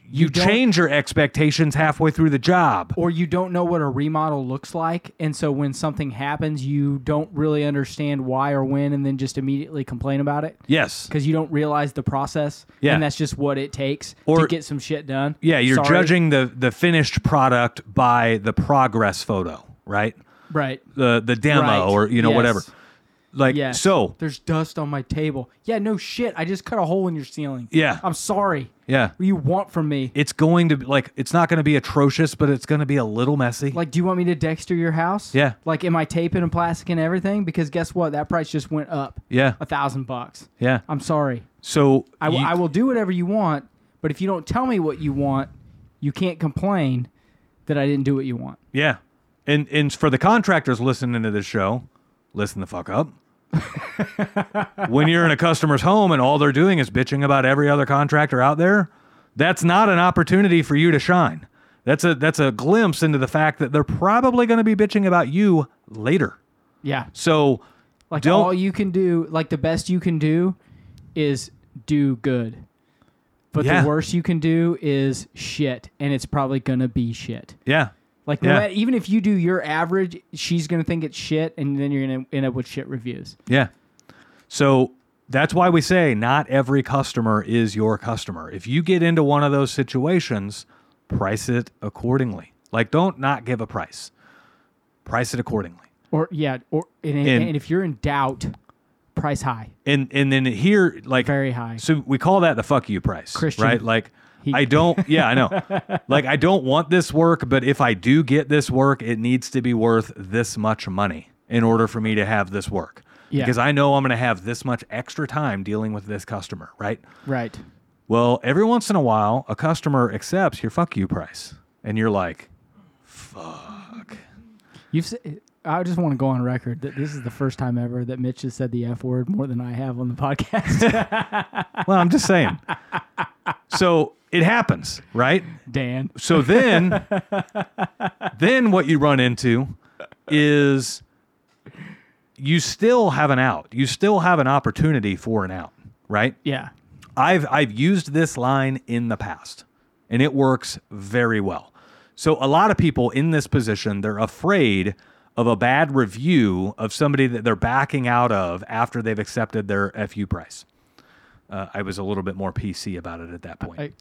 [SPEAKER 1] you,
[SPEAKER 2] don't-
[SPEAKER 1] change your expectations halfway through the job
[SPEAKER 2] Or you don't know what a remodel looks like, and so when something happens, you don't really understand why or when, and then just immediately complain about it.
[SPEAKER 1] yes
[SPEAKER 2] because you don't realize the process.
[SPEAKER 1] Yeah.
[SPEAKER 2] And that's just what it takes
[SPEAKER 1] Or-
[SPEAKER 2] to get some shit done.
[SPEAKER 1] yeah you're
[SPEAKER 2] Sorry.
[SPEAKER 1] judging the the finished product by the progress photo right
[SPEAKER 2] Right.
[SPEAKER 1] the the demo
[SPEAKER 2] Right.
[SPEAKER 1] or you know
[SPEAKER 2] Yes.
[SPEAKER 1] whatever like
[SPEAKER 2] Yeah.
[SPEAKER 1] so
[SPEAKER 2] There's dust on my table. Yeah, no shit. I just cut a hole in your ceiling.
[SPEAKER 1] Yeah.
[SPEAKER 2] I'm sorry.
[SPEAKER 1] yeah
[SPEAKER 2] What do you want from me?
[SPEAKER 1] it's going to be like it's not going to be atrocious but it's going to be a little messy
[SPEAKER 2] Like, do you want me to Dexter your house?
[SPEAKER 1] Yeah.
[SPEAKER 2] Like, am I taping and plastic and everything? Because guess what? That price just went up.
[SPEAKER 1] yeah
[SPEAKER 2] A thousand bucks.
[SPEAKER 1] yeah
[SPEAKER 2] I'm sorry.
[SPEAKER 1] so
[SPEAKER 2] I, w-
[SPEAKER 1] you-
[SPEAKER 2] I will do whatever you want, but if you don't tell me what you want, you can't complain that I didn't do what you want.
[SPEAKER 1] Yeah. And and for the contractors listening to this show, listen the fuck up. when you're in a customer's home and all they're doing is bitching about every other contractor out there, that's not an opportunity for you to shine. That's a that's a glimpse into the fact that they're probably going to be bitching about you later.
[SPEAKER 2] Yeah.
[SPEAKER 1] So
[SPEAKER 2] Like
[SPEAKER 1] Don't-
[SPEAKER 2] all you can do, like the best you can do is do good. But
[SPEAKER 1] Yeah.
[SPEAKER 2] the worst you can do is shit, and it's probably gonna be shit.
[SPEAKER 1] yeah,
[SPEAKER 2] Like no
[SPEAKER 1] Yeah.
[SPEAKER 2] matter, even if you do your average, she's gonna think it's shit, and then you're gonna end up with shit reviews.
[SPEAKER 1] yeah. So that's why we say not every customer is your customer. If you get into one of those situations, price it accordingly. Like don't not give a price. Price it accordingly.
[SPEAKER 2] Or yeah, or and,
[SPEAKER 1] And-
[SPEAKER 2] and, and if you're in doubt, price high.
[SPEAKER 1] and and then here like
[SPEAKER 2] Very high.
[SPEAKER 1] so we call that the fuck you price
[SPEAKER 2] Christian.
[SPEAKER 1] right like i don't yeah i know like i don't want this work but if i do get this work it needs to be worth this much money in order for me to have this work
[SPEAKER 2] Yeah.
[SPEAKER 1] because i know i'm going to have this much extra time dealing with this customer right
[SPEAKER 2] Right.
[SPEAKER 1] well every once in a while a customer accepts your fuck you price and you're like
[SPEAKER 2] You've. s- I just want to go on record that this is the first time ever that Mitch has said the f word more than I have on the podcast.
[SPEAKER 1] well i'm just saying so it happens right
[SPEAKER 2] Dan.
[SPEAKER 1] So then, then what you run into is you still have an out. You still have an opportunity for an out, right?
[SPEAKER 2] Yeah.
[SPEAKER 1] I've I've used this line in the past, and it works very well. So a lot of people in this position, they're afraid of a bad review of somebody that they're backing out of after they've accepted their FU price. Uh, I was a little bit more PC about it at that point.
[SPEAKER 2] I,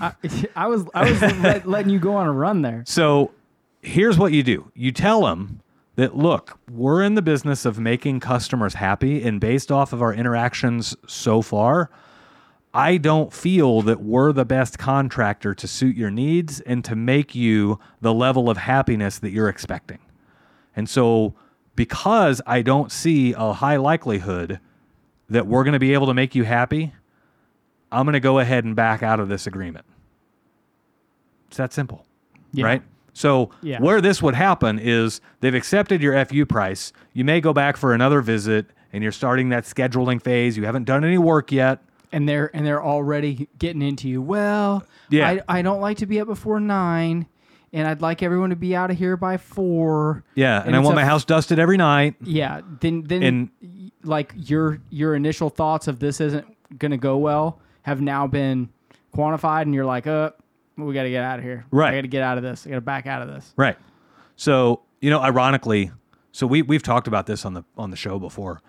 [SPEAKER 2] I, I was I was let, letting you go on a run there.
[SPEAKER 1] So here's what you do you tell them that, look, we're in the business of making customers happy. And based off of our interactions so far, I don't feel that we're the best contractor to suit your needs and to make you the level of happiness that you're expecting. And so, because I don't see a high likelihood that we're going to be able to make you happy, I'm going to go ahead and back out of this agreement. It's that simple
[SPEAKER 2] Yeah.
[SPEAKER 1] right? So
[SPEAKER 3] Yeah.
[SPEAKER 1] where this would happen is they've accepted your FU price. You may go back for another visit, and you're starting that scheduling phase. You haven't done any work yet.
[SPEAKER 2] And they're and they're already getting into you. Well,
[SPEAKER 1] Yeah.
[SPEAKER 2] I, I don't like to be up before nine, and I'd like everyone to be out of here by four.
[SPEAKER 1] Yeah, and, I
[SPEAKER 2] it's
[SPEAKER 1] want
[SPEAKER 2] a-
[SPEAKER 1] my house dusted every night.
[SPEAKER 2] Yeah. Then then
[SPEAKER 1] And-
[SPEAKER 2] y- like your your initial thoughts of this isn't gonna go well have now been quantified, and you're like, uh, we got to get out of here.
[SPEAKER 1] Right.
[SPEAKER 2] I got to get out of this. I got to back out of this.
[SPEAKER 1] Right. So you know, ironically, so we we've talked about this on the on the show before.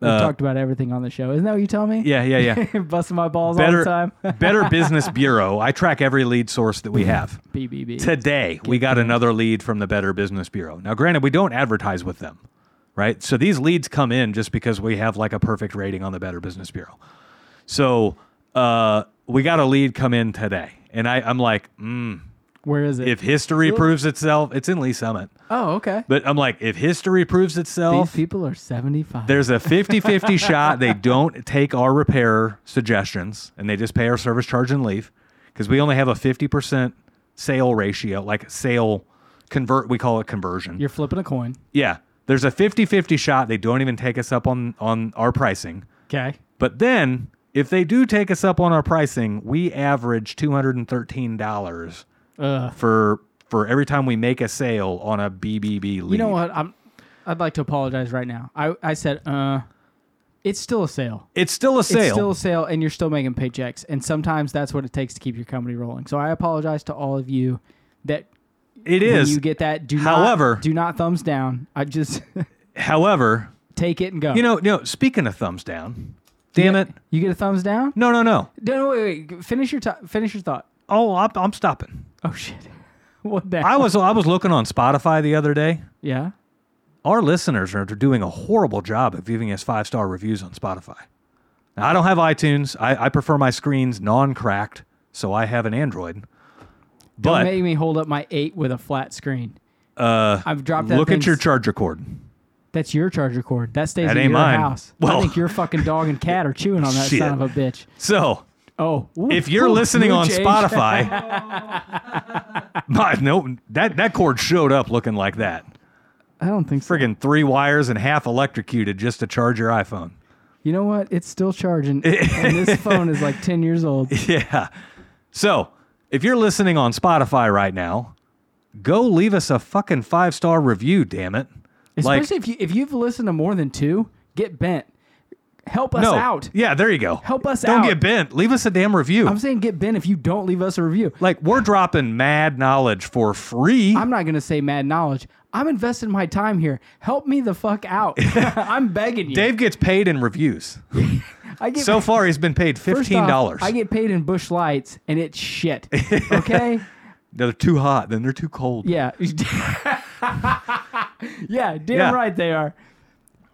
[SPEAKER 2] We've
[SPEAKER 1] Uh,
[SPEAKER 2] talked about everything on the show. Isn't that what you tell me?
[SPEAKER 1] Yeah, yeah, yeah.
[SPEAKER 2] Busting my balls all the
[SPEAKER 1] Better
[SPEAKER 2] time. Mm-hmm.
[SPEAKER 1] Better Business Bureau. I track every lead source that we have.
[SPEAKER 2] BBB.
[SPEAKER 1] Today, we got another lead from the Better Business Bureau. Now, granted, we don't advertise with them, right? So these leads come in just because we have like a perfect rating on the Better Business Bureau. So uh, we got a lead come in today. And I, I'm like, mm,
[SPEAKER 2] Where is it?
[SPEAKER 1] if history proves itself, it's in Lee Summit.
[SPEAKER 2] oh, okay.
[SPEAKER 1] But I'm like, if history proves
[SPEAKER 2] These
[SPEAKER 1] itself,
[SPEAKER 2] people are 75.
[SPEAKER 1] there's a 50 50 shot they don't take our repair suggestions and they just pay our service charge and leave because we only have a 50% sale ratio, like sale convert, we call it conversion.
[SPEAKER 2] You're flipping a coin.
[SPEAKER 1] yeah. There's a 50 50 shot they don't even take us up on, on our pricing.
[SPEAKER 2] Okay.
[SPEAKER 1] But then if they do take us up on our pricing, we average $213
[SPEAKER 2] Uh,
[SPEAKER 1] for for every time we make a sale on a BBB lead.
[SPEAKER 2] you know what? I'm. I'd like to apologize right now. I, I said, uh, it's still a sale.
[SPEAKER 1] It's still a sale.
[SPEAKER 2] It's still a sale, and you're still making paychecks. And sometimes that's what it takes to keep your company rolling. So I apologize to all of you that
[SPEAKER 1] It
[SPEAKER 2] when
[SPEAKER 1] is.
[SPEAKER 2] you get that. Do
[SPEAKER 1] However-
[SPEAKER 2] not, do not thumbs down. I just
[SPEAKER 1] However,
[SPEAKER 2] take it and go.
[SPEAKER 1] You know, you know, speaking of thumbs down, damn it.
[SPEAKER 2] you get a thumbs down.
[SPEAKER 1] No, no, no.
[SPEAKER 2] No, wait, wait. Finish your to- finish your thought.
[SPEAKER 1] Oh, I'm, I'm stopping.
[SPEAKER 2] Oh shit. What the?
[SPEAKER 1] I was I was looking on Spotify the other day.
[SPEAKER 2] yeah.
[SPEAKER 1] Our listeners are doing a horrible job of giving us five star reviews on Spotify. Now, I don't have iTunes. I, I prefer my screens non cracked, so I have an Android.
[SPEAKER 2] Don't
[SPEAKER 1] But
[SPEAKER 2] make me hold up my eight with a flat screen.
[SPEAKER 1] uh,
[SPEAKER 2] I've dropped that.
[SPEAKER 1] look at
[SPEAKER 2] thing's-
[SPEAKER 1] your charger cord.
[SPEAKER 2] That's your charger cord. That stays
[SPEAKER 1] That
[SPEAKER 2] in
[SPEAKER 1] ain't
[SPEAKER 2] your
[SPEAKER 1] mine.
[SPEAKER 2] house.
[SPEAKER 1] Well-
[SPEAKER 2] I think your fucking dog and cat are chewing on that
[SPEAKER 1] Shit.
[SPEAKER 2] son of a bitch.
[SPEAKER 1] So
[SPEAKER 2] Oh, Ooh,
[SPEAKER 1] if you're
[SPEAKER 2] ooh,
[SPEAKER 1] listening
[SPEAKER 2] mood
[SPEAKER 1] on
[SPEAKER 2] change.
[SPEAKER 1] Spotify, my, no, that, that cord showed up looking like that.
[SPEAKER 2] I don't think so.
[SPEAKER 1] friggin' three wires and half electrocuted just to charge your iPhone.
[SPEAKER 2] You know what? It's still charging, and this phone is like ten years old.
[SPEAKER 1] Yeah. So if you're listening on Spotify right now, go leave us a fucking five star review, damn it.
[SPEAKER 2] Especially if you if you've listened to more than two, get bent. Help us
[SPEAKER 1] no.
[SPEAKER 2] out.
[SPEAKER 1] Yeah, there you go.
[SPEAKER 2] Help us
[SPEAKER 1] Don't
[SPEAKER 2] out.
[SPEAKER 1] get bent. Leave us a damn review.
[SPEAKER 2] I'm saying get bent if you don't leave us a review.
[SPEAKER 1] like we're dropping mad knowledge for free.
[SPEAKER 2] I'm not going to say mad knowledge. I'm investing my time here. Help me the fuck out. I'm begging you.
[SPEAKER 1] Dave gets paid in reviews.
[SPEAKER 2] I get
[SPEAKER 1] So far, he's been paid
[SPEAKER 2] first
[SPEAKER 1] fifteen
[SPEAKER 2] off,
[SPEAKER 1] dollars.
[SPEAKER 2] I get paid in bush lights and it's shit. Okay?
[SPEAKER 1] They're too hot, then they're too cold.
[SPEAKER 2] yeah. yeah, damn
[SPEAKER 1] Yeah.
[SPEAKER 2] right they are.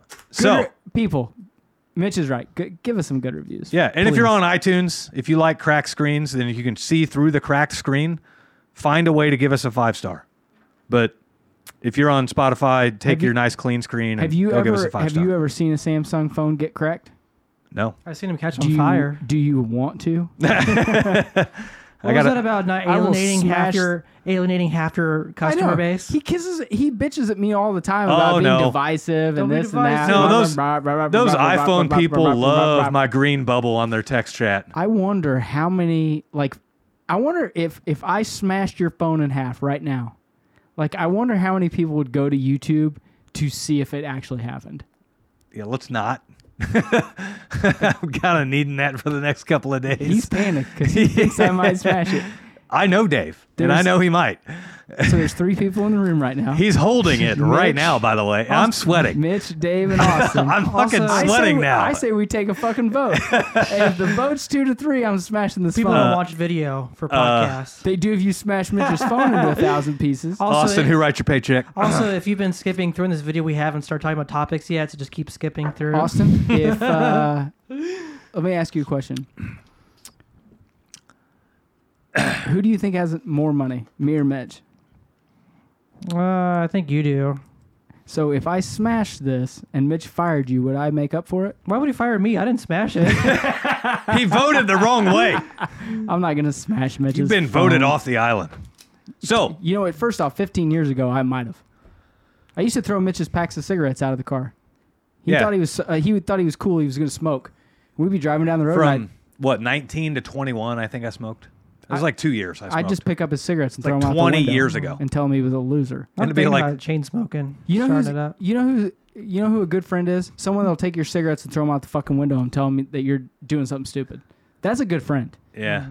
[SPEAKER 2] Good
[SPEAKER 1] so
[SPEAKER 2] re- people, Mitch is right. G- give us some good reviews.
[SPEAKER 1] Yeah, and if you're on
[SPEAKER 2] please.
[SPEAKER 1] iTunes, if you like cracked screens, then you can see through the cracked screen. Find a way to give us a five star. But if you're on Spotify, take
[SPEAKER 2] you-
[SPEAKER 1] your nice clean screen and
[SPEAKER 2] have you
[SPEAKER 1] go
[SPEAKER 2] ever
[SPEAKER 1] give us a five
[SPEAKER 2] have
[SPEAKER 1] star.
[SPEAKER 2] you ever seen a Samsung phone get cracked?
[SPEAKER 1] no,
[SPEAKER 3] I've seen him catch
[SPEAKER 2] Do
[SPEAKER 3] on
[SPEAKER 2] you,
[SPEAKER 3] fire.
[SPEAKER 2] Do you want to?
[SPEAKER 3] What was
[SPEAKER 1] gotta-
[SPEAKER 3] that about not
[SPEAKER 2] I will
[SPEAKER 3] alienating half
[SPEAKER 2] smash-
[SPEAKER 3] your alienating half your customer base?
[SPEAKER 2] He kisses, he bitches at me all the time
[SPEAKER 1] Oh,
[SPEAKER 2] about being
[SPEAKER 1] no.
[SPEAKER 2] divisive
[SPEAKER 3] Don't
[SPEAKER 2] and
[SPEAKER 3] be
[SPEAKER 2] this
[SPEAKER 3] divisive.
[SPEAKER 2] and that.
[SPEAKER 1] No, those- those
[SPEAKER 2] Blah, blah, blah,
[SPEAKER 1] iPhone
[SPEAKER 2] blah,
[SPEAKER 1] people
[SPEAKER 2] blah, blah, blah,
[SPEAKER 1] love
[SPEAKER 2] blah.
[SPEAKER 1] my green bubble on their text chat.
[SPEAKER 2] I wonder how many like, I wonder if if I smashed your phone in half right now, like I wonder how many people would go to YouTube to see if it actually happened.
[SPEAKER 1] Yeah, let's not. I'm kind of needing that for the next couple of days.
[SPEAKER 2] He's panicked because he thinks I might smash it.
[SPEAKER 1] I know Dave, and I
[SPEAKER 2] There's-
[SPEAKER 1] know he might.
[SPEAKER 2] So there's three people in the room right now.
[SPEAKER 1] He's holding it right
[SPEAKER 2] Mitch.
[SPEAKER 1] now. By the way, I'm sweating.
[SPEAKER 2] Mitch, Dave, and Austin.
[SPEAKER 1] I'm fucking
[SPEAKER 2] I say
[SPEAKER 1] sweating
[SPEAKER 2] we-
[SPEAKER 1] now.
[SPEAKER 2] I say we take a fucking vote. and if the vote's two to three, I'm smashing this
[SPEAKER 3] People
[SPEAKER 2] phone.
[SPEAKER 3] don't watch video for podcasts.
[SPEAKER 2] They do if you smash Mitch's phone into a thousand pieces.
[SPEAKER 3] also,
[SPEAKER 1] Austin,
[SPEAKER 3] it-
[SPEAKER 1] who writes your paycheck?
[SPEAKER 3] also, if you've been skipping through in this video, we haven't started talking about topics yet, so just keep skipping through.
[SPEAKER 2] Austin, if uh, let me ask you a question. Who do you think has more money, me or Mitch?
[SPEAKER 3] Uh, I think you do.
[SPEAKER 2] So if I smashed this and Mitch fired you, would I make up for it?
[SPEAKER 3] Why would he fire me? I didn't smash it.
[SPEAKER 1] He voted the wrong way.
[SPEAKER 2] I'm not gonna smash Mitch's.
[SPEAKER 1] You've been voted
[SPEAKER 2] phone.
[SPEAKER 1] off the island. So
[SPEAKER 2] You know what? First off, 15 years ago, I might have. I used to throw Mitch's packs of cigarettes out of the car. He
[SPEAKER 1] Yeah.
[SPEAKER 2] thought he was uh, he thought he was cool. He was gonna smoke. We'd be driving down the road. and
[SPEAKER 1] from what 19 to 21, I think I smoked. It was like two years. I
[SPEAKER 2] I'd,
[SPEAKER 1] smoked.
[SPEAKER 2] I'd just pick up his cigarettes and
[SPEAKER 1] Like
[SPEAKER 2] throw them out the
[SPEAKER 1] 20
[SPEAKER 2] window
[SPEAKER 1] years ago.
[SPEAKER 2] and tell him he was a loser.
[SPEAKER 1] And
[SPEAKER 3] I'm
[SPEAKER 1] to be
[SPEAKER 3] thinking
[SPEAKER 1] like-
[SPEAKER 3] about chain smoking.
[SPEAKER 2] You know,
[SPEAKER 3] starting
[SPEAKER 2] who's,
[SPEAKER 3] it up.
[SPEAKER 2] you know who's you know who a good friend is? Someone that'll take your cigarettes and throw them out the fucking window and tell me that you're doing something stupid. That's a good friend.
[SPEAKER 1] yeah.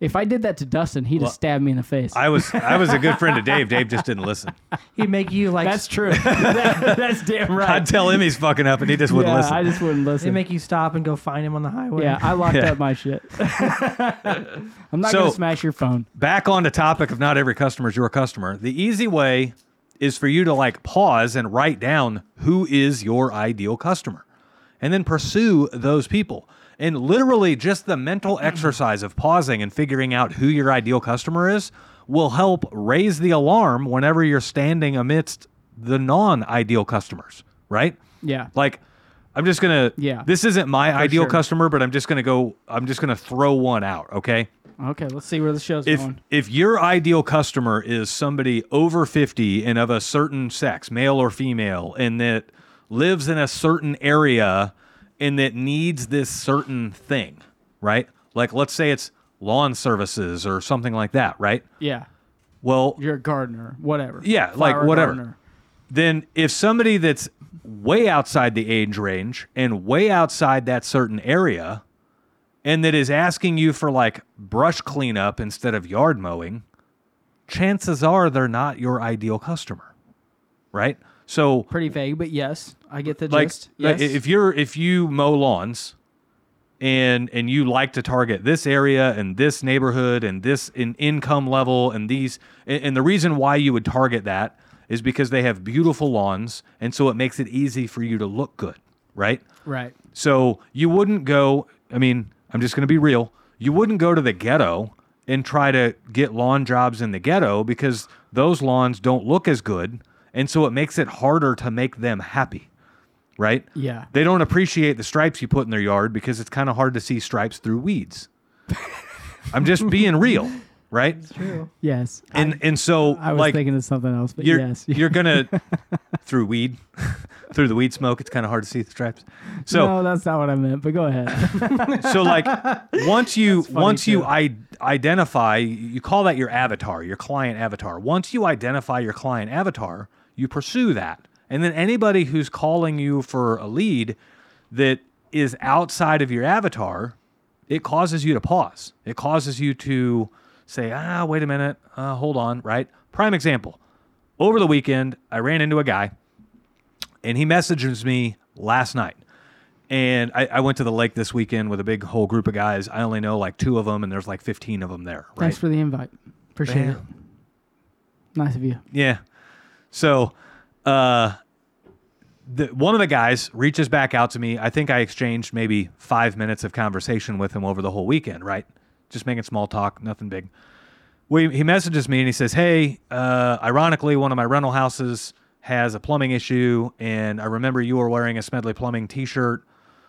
[SPEAKER 2] If I did that to Dustin, he'd
[SPEAKER 1] Well,
[SPEAKER 2] have stabbed me in the face.
[SPEAKER 1] I was I was a good friend to Dave. Dave just didn't listen.
[SPEAKER 3] He'd make you like.
[SPEAKER 2] that's true. That- that's damn right.
[SPEAKER 1] I'd tell him he's fucking up, and he just wouldn't
[SPEAKER 2] yeah,
[SPEAKER 1] listen.
[SPEAKER 2] I just wouldn't
[SPEAKER 3] They
[SPEAKER 2] listen.
[SPEAKER 3] make you stop and go find him on the highway.
[SPEAKER 2] yeah, I locked
[SPEAKER 1] Yeah.
[SPEAKER 2] up my shit. I'm not
[SPEAKER 1] So-
[SPEAKER 2] gonna smash your phone.
[SPEAKER 1] back on the topic of not every customer is your customer, the easy way is for you to like pause and write down who is your ideal customer and then pursue those people. And literally, just the mental exercise of pausing and figuring out who your ideal customer is will help raise the alarm whenever you're standing amidst the non ideal customers, right?
[SPEAKER 2] Yeah.
[SPEAKER 1] Like, I'm just gonna.
[SPEAKER 2] Yeah.
[SPEAKER 1] This isn't my ideal
[SPEAKER 2] sure.
[SPEAKER 1] customer, but I'm just gonna go. I'm just gonna throw one out. Okay
[SPEAKER 2] Okay, let's see where the show's
[SPEAKER 1] if
[SPEAKER 2] going.
[SPEAKER 1] if your ideal customer is somebody over 50 and of a certain sex male or female and that lives in a certain area and that needs this certain thing right like let's say it's lawn services or something like that right
[SPEAKER 2] Yeah.
[SPEAKER 1] well
[SPEAKER 2] You're a gardener, whatever.
[SPEAKER 1] Yeah, like,
[SPEAKER 2] Flower
[SPEAKER 1] whatever.
[SPEAKER 2] gardener.
[SPEAKER 1] then if somebody that's way outside the age range and way outside that certain area and that is asking you for like brush cleanup instead of yard mowing, chances are they're not your ideal customer. Right? So
[SPEAKER 2] Pretty vague, but yes, I get the
[SPEAKER 1] like,
[SPEAKER 2] gist.
[SPEAKER 1] like,
[SPEAKER 2] Yes.
[SPEAKER 1] if you're if you mow lawns and and you like to target this area and this neighborhood and this in income level and these and, and the reason why you would target that is because they have beautiful lawns and so it makes it easy for you to look good right
[SPEAKER 2] right.
[SPEAKER 1] so you wouldn't go i mean i'm just going to be real you wouldn't go to the ghetto and try to get lawn jobs in the ghetto because those lawns don't look as good and so it makes it harder to make them happy right
[SPEAKER 2] Yeah.
[SPEAKER 1] they don't appreciate the stripes you put in their yard because it's kind of hard to see stripes through weeds. I'm just being real, right?
[SPEAKER 3] True.
[SPEAKER 2] Yes.
[SPEAKER 1] And and so
[SPEAKER 2] I was
[SPEAKER 1] like
[SPEAKER 2] thinking of something else, but
[SPEAKER 1] you're
[SPEAKER 2] yes.
[SPEAKER 1] you're gonna through weed through the weed smoke. It's kind of hard to see the stripes. So
[SPEAKER 2] no, that's not what I meant. But go ahead.
[SPEAKER 1] so like once you
[SPEAKER 2] funny
[SPEAKER 1] once you
[SPEAKER 2] too.
[SPEAKER 1] I- identify you call that your avatar your client avatar once you identify your client avatar you pursue that and then anybody who's calling you for a lead that is outside of your avatar it causes you to pause it causes you to say ah wait a minute uh, hold on right prime example over the weekend i ran into a guy and he messages me last night. And I, I went to the lake this weekend with a big whole group of guys. I only know like two of them, and there's like 15 of them there. Right?
[SPEAKER 2] Thanks for the invite. Appreciate it. Nice of you.
[SPEAKER 1] Yeah. So, uh, the, one of the guys reaches back out to me. I think I exchanged maybe five minutes of conversation with him over the whole weekend, right? Just making small talk, nothing big. We, he messages me and he says, Hey, uh, ironically, one of my rental houses has a plumbing issue, and I remember you were wearing a Smedley Plumbing t shirt.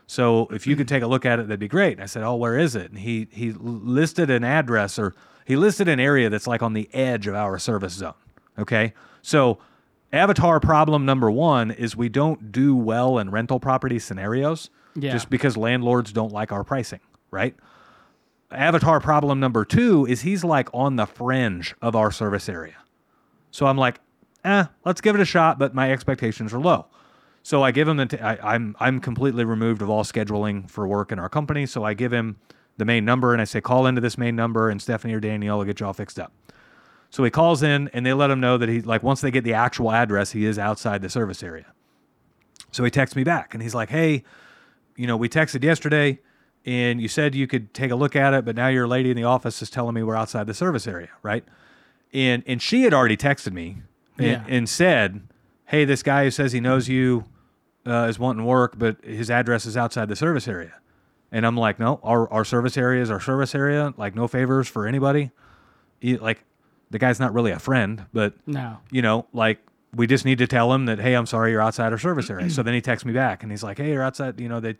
[SPEAKER 1] So if you could take a look at it, that'd be great. And I said, Oh, where is it? And he, he listed an address or he listed an area that's like on the edge of our service zone. Okay. So avatar problem number one is we don't do well in rental property scenarios
[SPEAKER 2] Yeah.
[SPEAKER 1] just because landlords don't like our pricing, right? Avatar problem number two is he's like on the fringe of our service area. So I'm like, eh, let's give it a shot, but my expectations are low. So I give him the. T- I, I'm I'm completely removed of all scheduling for work in our company. So I give him the main number and I say, call into this main number and Stephanie or Danielle will get y'all fixed up. So he calls in and they let him know that he, like, once they get the actual address, he is outside the service area. So he texts me back and he's like, hey, you know, we texted yesterday and you said you could take a look at it, but now your lady in the office is telling me we're outside the service area, right? And and she had already texted me and,
[SPEAKER 2] Yeah.
[SPEAKER 1] and said, Hey, this guy who says he knows you uh, is wanting work, but his address is outside the service area. And I'm like, No, our, our service area is our service area. Like, no favors for anybody. He- e, like, the guy's not really a friend, but
[SPEAKER 2] No.
[SPEAKER 1] you know, like we just need to tell him that, hey, I'm sorry, you're outside our service area. so then he texts me back and he's like, hey, you're outside. You know, they,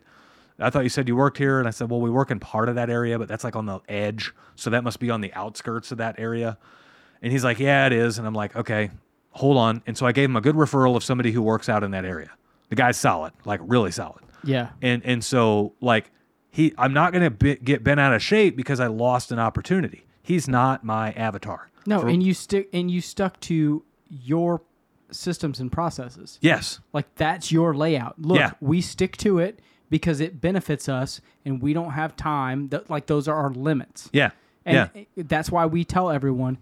[SPEAKER 1] I thought you said you worked here, and I said, well, we work in part of that area, but that's like on the edge, so that must be on the outskirts of that area. And he's like, yeah, it is. And I'm like, okay, hold on. And so I gave him a good referral of somebody who works out in that area. The guy's solid, like really solid.
[SPEAKER 2] Yeah.
[SPEAKER 1] And and so like he, I'm not gonna be, get bent out of shape because I lost an opportunity. He's not my avatar.
[SPEAKER 2] No,
[SPEAKER 1] For-
[SPEAKER 2] and you stick and you stuck to your systems and processes.
[SPEAKER 1] yes,
[SPEAKER 2] Like that's your layout. Look,
[SPEAKER 1] Yeah.
[SPEAKER 2] we stick to it because it benefits us and we don't have time. Th- like those are our limits.
[SPEAKER 1] yeah, yeah.
[SPEAKER 2] And that's why we tell everyone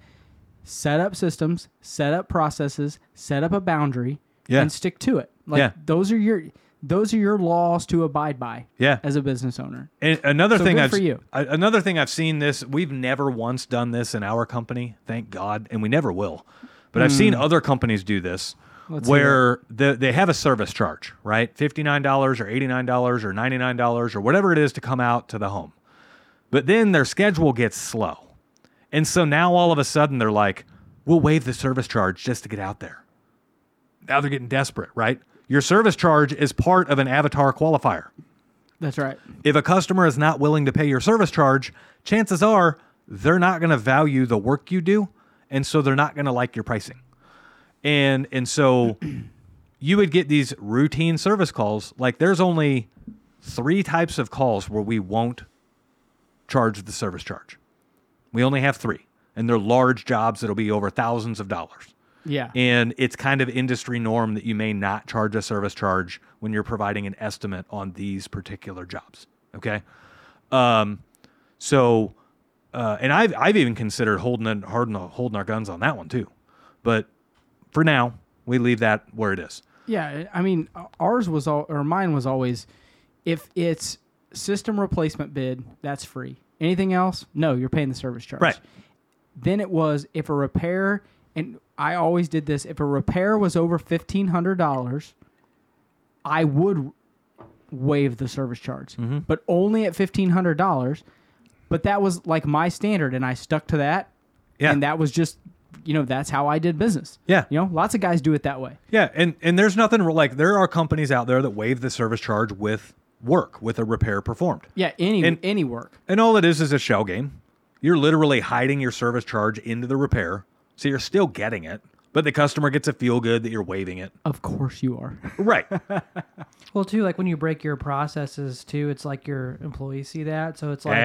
[SPEAKER 2] set up systems, set up processes, set up a boundary
[SPEAKER 1] Yeah.
[SPEAKER 2] and stick to it. Like
[SPEAKER 1] Yeah.
[SPEAKER 2] those are your those are your laws to abide by
[SPEAKER 1] Yeah.
[SPEAKER 2] as a business owner.
[SPEAKER 1] And another
[SPEAKER 2] So
[SPEAKER 1] thing
[SPEAKER 2] good
[SPEAKER 1] I've
[SPEAKER 2] for you.
[SPEAKER 1] a- another thing I've seen this. We've never once done this in our company, thank God, and we never will. But I've seen other companies do this,
[SPEAKER 2] Hmm. Let's
[SPEAKER 1] where the, they have a service charge, right? Fifty nine dollars or eighty nine dollars or ninety nine dollars or whatever it is to come out to the home. But then their schedule gets slow, and so now all of a sudden they're like, "We'll waive the service charge just to get out there." Now they're getting desperate, right? Your service charge is part of an avatar qualifier.
[SPEAKER 2] That's right.
[SPEAKER 1] If a customer is not willing to pay your service charge, chances are they're not going to value the work you do, and so they're not going to like your pricing. And and so you would get these routine service calls. Like there's only three types of calls where we won't charge the service charge. We only have 3, and they're large jobs that'll be over thousands of dollars.
[SPEAKER 2] Yeah.
[SPEAKER 1] And it's kind of industry norm that you may not charge a service charge when you're providing an estimate on these particular jobs. Okay. Um, so, uh, and I've, I've even considered holding, and holding, holding our guns on that one too. But for now, we leave that where it is.
[SPEAKER 2] Yeah, I mean, ours was all or mine was always if it's system replacement bid, that's free. Anything else? No, you're paying the service charge.
[SPEAKER 1] Right.
[SPEAKER 2] Then it was if a repair and I always did this, if a repair was over $1500, I would waive the service charge,
[SPEAKER 1] Mm-hmm.
[SPEAKER 2] but only at $1500. But that was like my standard and I stuck to that.
[SPEAKER 1] Yeah.
[SPEAKER 2] And that was just you know, that's how I did business.
[SPEAKER 1] Yeah.
[SPEAKER 2] You know, lots of guys do it that way.
[SPEAKER 1] Yeah, and and there's nothing re- like there are companies out there that waive the service charge with work with a repair performed.
[SPEAKER 2] Yeah, any
[SPEAKER 1] And-
[SPEAKER 2] any work.
[SPEAKER 1] And all it is is a shell game. You're literally hiding your service charge into the repair, so you're still getting it, but the customer gets a feel good that you're waiving it.
[SPEAKER 2] Of course you are.
[SPEAKER 1] Right.
[SPEAKER 3] Well, too, like when you break your processes, too, it's like your employees see that. So it's like Like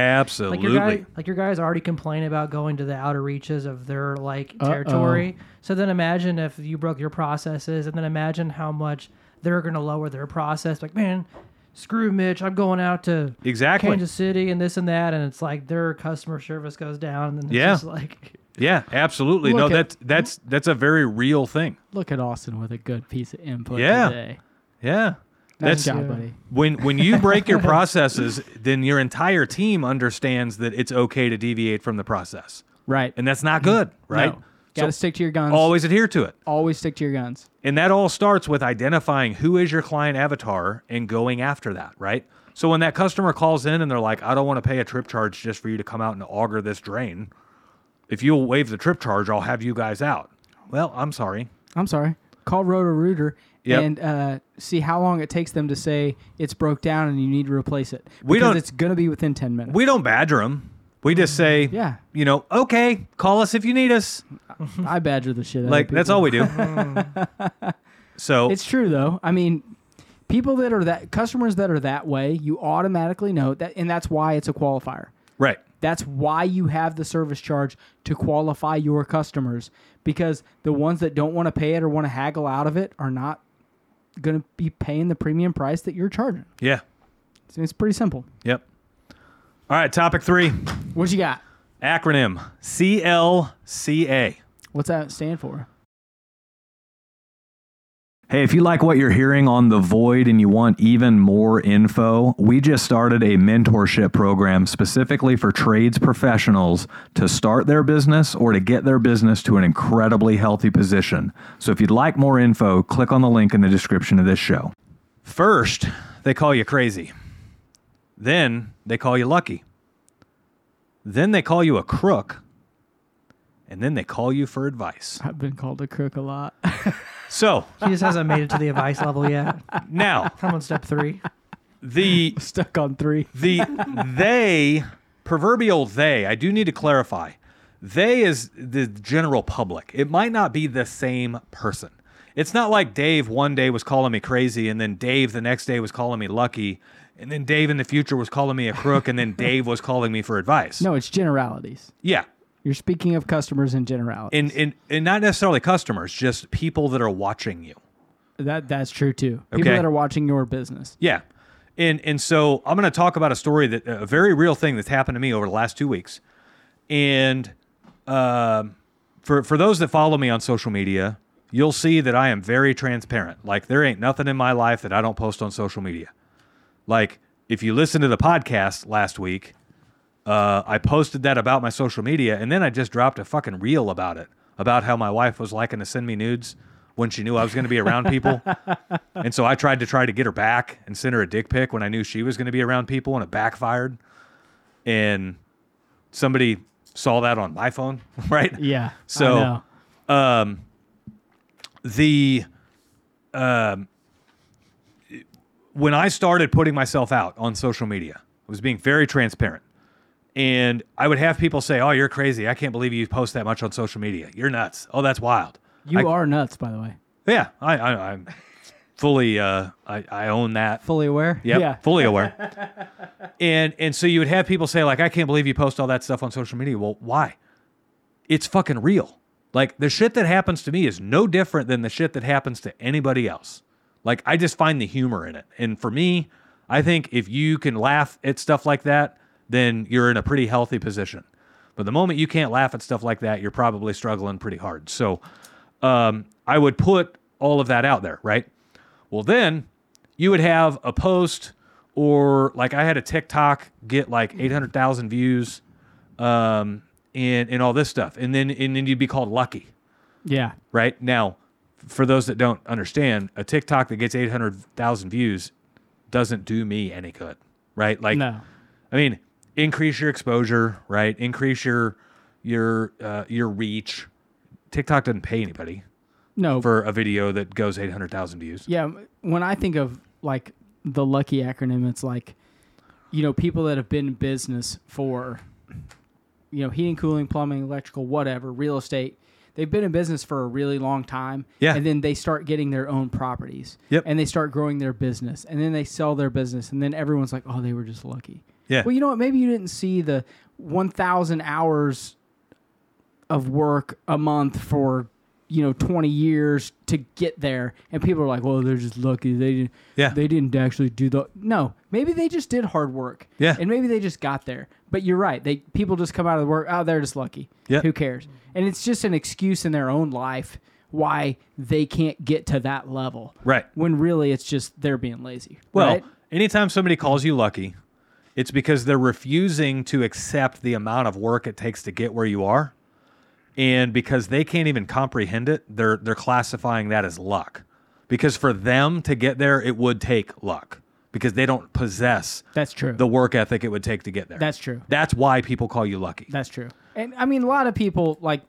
[SPEAKER 3] your, guy,
[SPEAKER 1] Absolutely.
[SPEAKER 3] like your guys already complain about going to the outer reaches of their like territory. So then imagine if you broke your processes, and then imagine how much they're gonna lower their process. Like, man, screw Mitch, I'm going out to
[SPEAKER 1] Exactly.
[SPEAKER 3] Kansas City and this and that, and it's like their customer service goes down, and then it's
[SPEAKER 1] Yeah.
[SPEAKER 3] just like
[SPEAKER 1] Yeah, absolutely. No,
[SPEAKER 2] Look at-
[SPEAKER 1] that's that's that's a very real thing.
[SPEAKER 2] Look at Austin with a good piece of input
[SPEAKER 1] Yeah.
[SPEAKER 2] today.
[SPEAKER 1] Yeah.
[SPEAKER 2] Nice
[SPEAKER 1] That's
[SPEAKER 2] job, buddy.
[SPEAKER 1] when when you break your processes, then your entire team understands that it's okay to deviate from the process.
[SPEAKER 2] Right.
[SPEAKER 1] And that's not good, right?
[SPEAKER 2] Mm. No. Gotta
[SPEAKER 1] so
[SPEAKER 2] stick to your guns.
[SPEAKER 1] always
[SPEAKER 2] Always,
[SPEAKER 1] adhere to it.
[SPEAKER 2] stick to your guns.
[SPEAKER 1] And that all starts with identifying who is your client avatar and going after that, right? So when that customer calls in and they're like, I don't want to pay a trip charge just for you to come out and auger this drain. If you'll waive the trip charge, I'll have you guys out. Well, I'm sorry.
[SPEAKER 2] I'm sorry. Call Roto Rooter
[SPEAKER 1] Yep.
[SPEAKER 2] and uh, see how long it takes them to say it's broke down and you need to replace it.
[SPEAKER 1] We
[SPEAKER 2] Because
[SPEAKER 1] don't-
[SPEAKER 2] It's gonna be within ten minutes.
[SPEAKER 1] We don't badger them. We just say,
[SPEAKER 2] Yeah.
[SPEAKER 1] you know, okay, call us if you need us.
[SPEAKER 2] I badger the shit out.
[SPEAKER 1] Like
[SPEAKER 2] of
[SPEAKER 1] that's
[SPEAKER 2] people.
[SPEAKER 1] all we do. so
[SPEAKER 2] It's true though. I mean, people that are that customers that are that way, you automatically know that, and that's why it's a qualifier.
[SPEAKER 1] right,
[SPEAKER 2] That's why you have the service charge to qualify your customers because the ones that don't want to pay it or want to haggle out of it are not going to be paying the premium price that you're charging.
[SPEAKER 1] yeah,
[SPEAKER 2] So it's pretty simple.
[SPEAKER 1] yep. All right, topic three
[SPEAKER 2] What you got?
[SPEAKER 1] acronym CLCA.
[SPEAKER 2] What's that stand for?
[SPEAKER 1] Hey, if you like what you're hearing on The Void and you want even more info, we just started a mentorship program specifically for trades professionals to start their business or to get their business to an incredibly healthy position. So if you'd like more info, click on the link in the description of this show. First, they call you crazy. Then they call you lucky. Then they call you a crook. And then they call you for advice.
[SPEAKER 2] I've been called a crook a lot.
[SPEAKER 1] So
[SPEAKER 3] She just hasn't made it to the advice level yet.
[SPEAKER 1] now
[SPEAKER 3] I'm on step three.
[SPEAKER 1] the
[SPEAKER 2] Stuck on three.
[SPEAKER 1] the they proverbial they i do need to clarify they is the general public it might not be the same person it's not like dave one day was calling me crazy and then dave the next day was calling me lucky and then dave in the future was calling me a crook and then dave was calling me for advice
[SPEAKER 2] No, it's generalities.
[SPEAKER 1] yeah
[SPEAKER 2] You're speaking of customers in generalities.
[SPEAKER 1] and, and, and not necessarily customers just people that are watching you
[SPEAKER 2] that that's true too. People
[SPEAKER 1] Okay.
[SPEAKER 2] that are watching your business.
[SPEAKER 1] Yeah. And and so I'm going to talk about a story that a very real thing that's happened to me over the last 2 weeks. And um for for those that follow me on social media, you'll see that I am very transparent. Like there ain't nothing in my life that I don't post on social media. Like if you listen to the podcast last week, uh, I posted that about my social media, and then I just dropped a fucking reel about it, about how my wife was liking to send me nudes when she knew I was going to be around people, and so I tried to try to get her back and send her a dick pic when I knew she was going to be around people, and it backfired. And somebody saw that on my phone, right?
[SPEAKER 2] Yeah.
[SPEAKER 1] So-
[SPEAKER 2] I know.
[SPEAKER 1] the um, when I started putting myself out on social media, I was being very transparent. And I would have people say, "Oh, you're crazy! I can't believe you post that much on social media. You're nuts! Oh, that's wild."
[SPEAKER 2] you
[SPEAKER 1] I-
[SPEAKER 2] are nuts, by the way.
[SPEAKER 1] Yeah, I, I, I'm fully, uh, I, I own that.
[SPEAKER 3] Fully aware.
[SPEAKER 1] Yep,
[SPEAKER 2] Yeah.
[SPEAKER 1] fully aware. and and so you would have people say like, "I can't believe you post all that stuff on social media." Well, why? It's fucking real. Like the shit that happens to me is no different than the shit that happens to anybody else. Like I just find the humor in it. And for me, I think if you can laugh at stuff like that, then you're in a pretty healthy position. But the moment you can't laugh at stuff like that, you're probably struggling pretty hard. So um, I would put all of that out there, right? Well, then you would have a post or like I had a TikTok get like 800,000 views um, and, and all this stuff. And then, and then you'd be called lucky,
[SPEAKER 2] Yeah.
[SPEAKER 1] right? Now, for those that don't understand, a TikTok that gets 800,000 views doesn't do me any good, right? Like,
[SPEAKER 2] No.
[SPEAKER 1] I mean, increase your exposure, right? Increase your, your, uh, your reach. TikTok doesn't pay anybody
[SPEAKER 2] No.
[SPEAKER 1] for a video that goes 800,000 views.
[SPEAKER 2] yeah. When I think of like the lucky acronym, it's like, you know, people that have been in business for, you know, heating, cooling, plumbing, electrical, whatever, real estate. They've been in business for a really long time.
[SPEAKER 1] Yeah.
[SPEAKER 2] And then they start getting their own properties.
[SPEAKER 1] Yep.
[SPEAKER 2] And they start growing their business. And then they sell their business. And then everyone's like, oh, they were just lucky.
[SPEAKER 1] Yeah.
[SPEAKER 2] Well, you know what? Maybe you didn't see the 1,000 hours of work a month for you know 20 years to get there and people are like well they're just lucky they didn't
[SPEAKER 1] Yeah.
[SPEAKER 2] they didn't actually do the no maybe they just did hard work
[SPEAKER 1] Yeah.
[SPEAKER 2] and maybe they just got there but you're right they people just come out of the work oh they're just lucky
[SPEAKER 1] Yeah.
[SPEAKER 2] who cares and it's just an excuse in their own life why they can't get to that level
[SPEAKER 1] Right.
[SPEAKER 2] when really it's just they're being lazy
[SPEAKER 1] Well,
[SPEAKER 2] right?
[SPEAKER 1] anytime somebody calls you lucky, it's because they're refusing to accept the amount of work it takes to get where you are. And because they can't even comprehend it, they're they're classifying that as luck. Because for them to get there, it would take luck because they don't possess
[SPEAKER 2] that's true
[SPEAKER 1] the work ethic it would take to get there.
[SPEAKER 2] That's true.
[SPEAKER 1] That's why people call you lucky.
[SPEAKER 2] That's true. And I mean, a lot of people like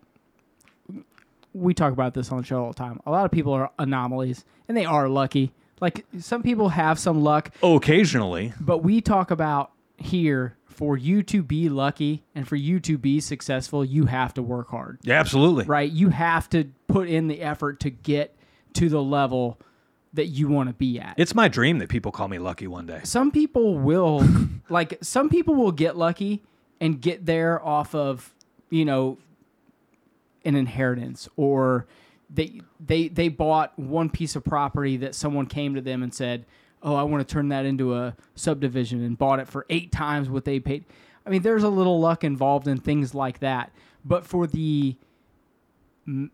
[SPEAKER 2] we talk about this on the show all the time. A lot of people are anomalies, and they are lucky. Like some people have some luck,
[SPEAKER 1] Occasionally,
[SPEAKER 2] but we talk about here for you to be lucky and for you to be successful, you have to work hard,
[SPEAKER 1] yeah, absolutely.
[SPEAKER 2] right? You have to put in the effort to get to the level that you want to be at
[SPEAKER 1] It's my dream that people call me lucky one day.
[SPEAKER 2] some people will like some people will get lucky and get there off of you know an inheritance or they they they bought one piece of property that someone came to them and said oh i want to turn that into a subdivision and bought it for eight times what they paid I mean, there's a little luck involved in things like that, but for the m-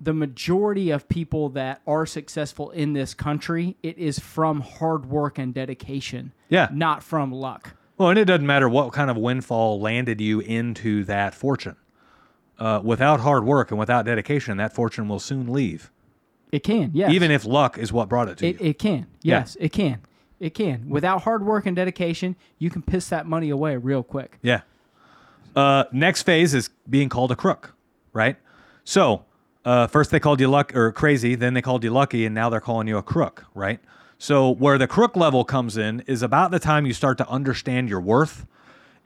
[SPEAKER 2] the majority of people that are successful in this country, it is from hard work and dedication,
[SPEAKER 1] Yeah.
[SPEAKER 2] not from luck.
[SPEAKER 1] Well, and it doesn't matter what kind of windfall landed you into that fortune. Uh, without hard work and without dedication, that fortune will soon leave,
[SPEAKER 2] It can, yes.
[SPEAKER 1] even if luck is what brought it to
[SPEAKER 2] It,
[SPEAKER 1] you.
[SPEAKER 2] it can.
[SPEAKER 1] Yeah.
[SPEAKER 2] Yes, it can. It can. Without hard work and dedication, you can piss that money away real quick.
[SPEAKER 1] Yeah. Uh, next phase is being called a crook, right? So uh, first they called you luck or crazy, then they called you lucky, and now they're calling you a crook, right? So where the crook level comes in is about the time you start to understand your worth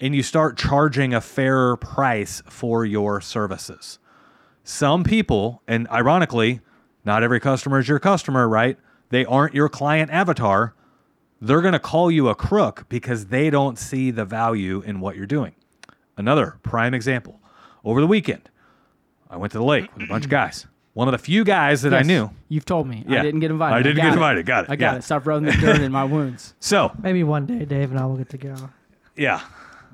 [SPEAKER 1] and you start charging a fairer price for your services. Some people, and ironically, not every customer is your customer, right? They aren't your client avatar they're going to call you a crook because they don't see the value in what you're doing. Another prime example over the weekend, I went to the lake with a bunch of guys. One of the few guys that I
[SPEAKER 2] Yes,
[SPEAKER 1] knew.
[SPEAKER 2] You've told me.
[SPEAKER 1] Yeah.
[SPEAKER 2] I didn't get invited.
[SPEAKER 1] I didn't
[SPEAKER 2] got
[SPEAKER 1] get
[SPEAKER 2] it.
[SPEAKER 1] invited. Got it.
[SPEAKER 2] I got
[SPEAKER 1] Yeah.
[SPEAKER 2] it. Stop rubbing the dirt in my wounds.
[SPEAKER 1] So,
[SPEAKER 3] Maybe one day Dave and I will get to go.
[SPEAKER 1] yeah,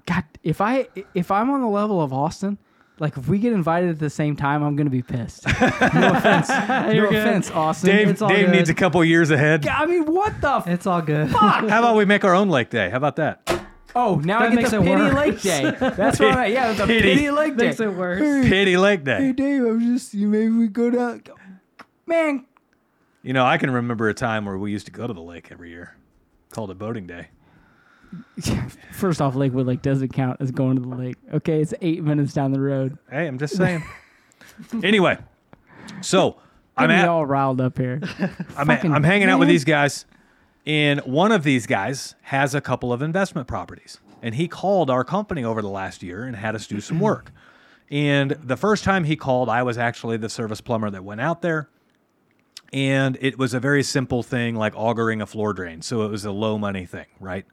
[SPEAKER 2] God, if I if I'm on the level of Austin, like if we get invited at the same time, I'm gonna be pissed. No offense. no
[SPEAKER 3] good.
[SPEAKER 2] offense, Austin.
[SPEAKER 1] Dave,
[SPEAKER 3] it's all
[SPEAKER 1] Dave
[SPEAKER 3] good.
[SPEAKER 1] needs a couple years ahead.
[SPEAKER 2] I mean, what the? F-
[SPEAKER 3] It's all good.
[SPEAKER 1] How about we make our own lake day? How about that?
[SPEAKER 2] oh, now I get
[SPEAKER 3] makes
[SPEAKER 2] the
[SPEAKER 3] it
[SPEAKER 2] pity
[SPEAKER 3] worse.
[SPEAKER 2] lake day. That's what I yeah, the
[SPEAKER 1] Pity.
[SPEAKER 2] pity, lake day.
[SPEAKER 3] Makes it worse.
[SPEAKER 1] Pity Lake Day.
[SPEAKER 2] Dave, I was just maybe we go down. Man,
[SPEAKER 1] You know, I can remember a time where we used to go to the lake every year, called it boating day.
[SPEAKER 2] First off, Lakewood Lake doesn't count as going to the lake. Okay, it's eight minutes down the road.
[SPEAKER 1] Hey, I'm just saying. anyway, so I'm
[SPEAKER 2] I'm
[SPEAKER 1] at,
[SPEAKER 2] all riled up here.
[SPEAKER 1] I'm,
[SPEAKER 2] Fucking-
[SPEAKER 1] I'm hanging out with
[SPEAKER 2] man.
[SPEAKER 1] these guys, and one of these guys has a couple of investment properties. And he called our company over the last year and had us do some work. And the first time he called, I was actually the service plumber that went out there. And it was a very simple thing like augering a floor drain. So it was a low money thing, right?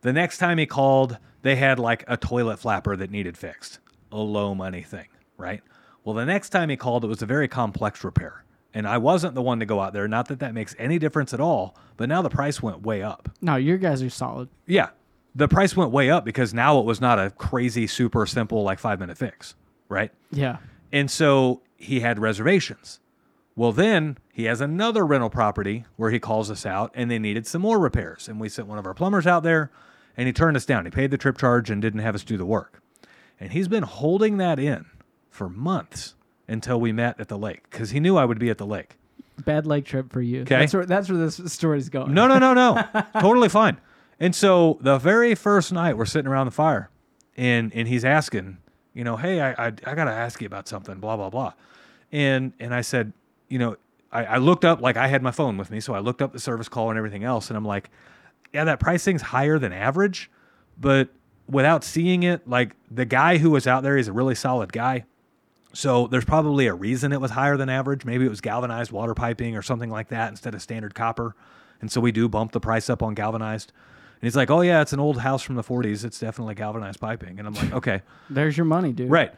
[SPEAKER 1] The next time he called, they had like a toilet flapper that needed fixed, a low money thing, right? Well, the next time he called, it was a very complex repair. And I wasn't the one to go out there. Not that that makes any difference at all, but now the price went way up.
[SPEAKER 2] no, your guys are solid.
[SPEAKER 1] Yeah. The price went way up because now it was not a crazy, super simple, like five minute fix, right?
[SPEAKER 2] Yeah.
[SPEAKER 1] And so he had reservations. Well, then he has another rental property where he calls us out and they needed some more repairs. And we sent one of our plumbers out there and he turned us down. He paid the trip charge and didn't have us do the work. And he's been holding that in for months until we met at the lake because he knew I would be at the lake.
[SPEAKER 2] Bad lake trip for you.
[SPEAKER 1] 'Kay.
[SPEAKER 2] That's where that's where this story's going.
[SPEAKER 1] No, no, no, no. totally fine. And so the very first night we're sitting around the fire and and he's asking, you know, hey, I I, I gotta ask you about something, blah, blah, blah. And and I said, you know, I, I looked up like I had my phone with me, so I looked up the service call and everything else, and I'm like, yeah, that pricing's higher than average, but without seeing it, like the guy who was out there, he's a really solid guy. So there's probably a reason it was higher than average. Maybe it was galvanized water piping or something like that instead of standard copper. And so we do bump the price up on galvanized. And he's like, "Oh yeah, it's an old house from the 40s. It's definitely galvanized piping." And I'm like, "Okay,
[SPEAKER 2] There's your money, dude.
[SPEAKER 1] right."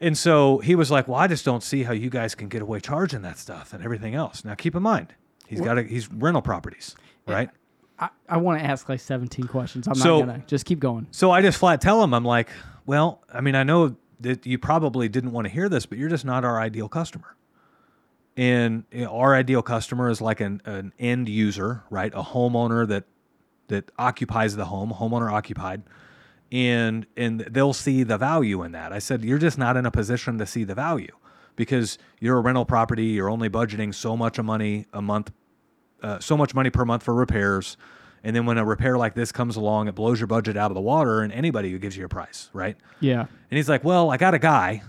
[SPEAKER 1] And so he was like, "Well, I just don't see how you guys can get away charging that stuff and everything else." Now keep in mind, he's got a, he's rental properties, right?
[SPEAKER 2] I, I want to ask like 17 questions. I'm
[SPEAKER 1] So-
[SPEAKER 2] not gonna just keep going.
[SPEAKER 1] So I just flat tell him, I'm like, well, I mean, I know that you probably didn't want to hear this, but you're just not our ideal customer. And you know, our ideal customer is like an, an end user, right? A homeowner that that occupies the home, homeowner occupied, and and they'll see the value in that. I said, you're just not in a position to see the value because you're a rental property. You're only budgeting so much of money a month uh, so much money per month for repairs. And then when a repair like this comes along, it blows your budget out of the water and anybody who gives you a price, right?
[SPEAKER 2] Yeah.
[SPEAKER 1] And he's like, Well, I got a guy,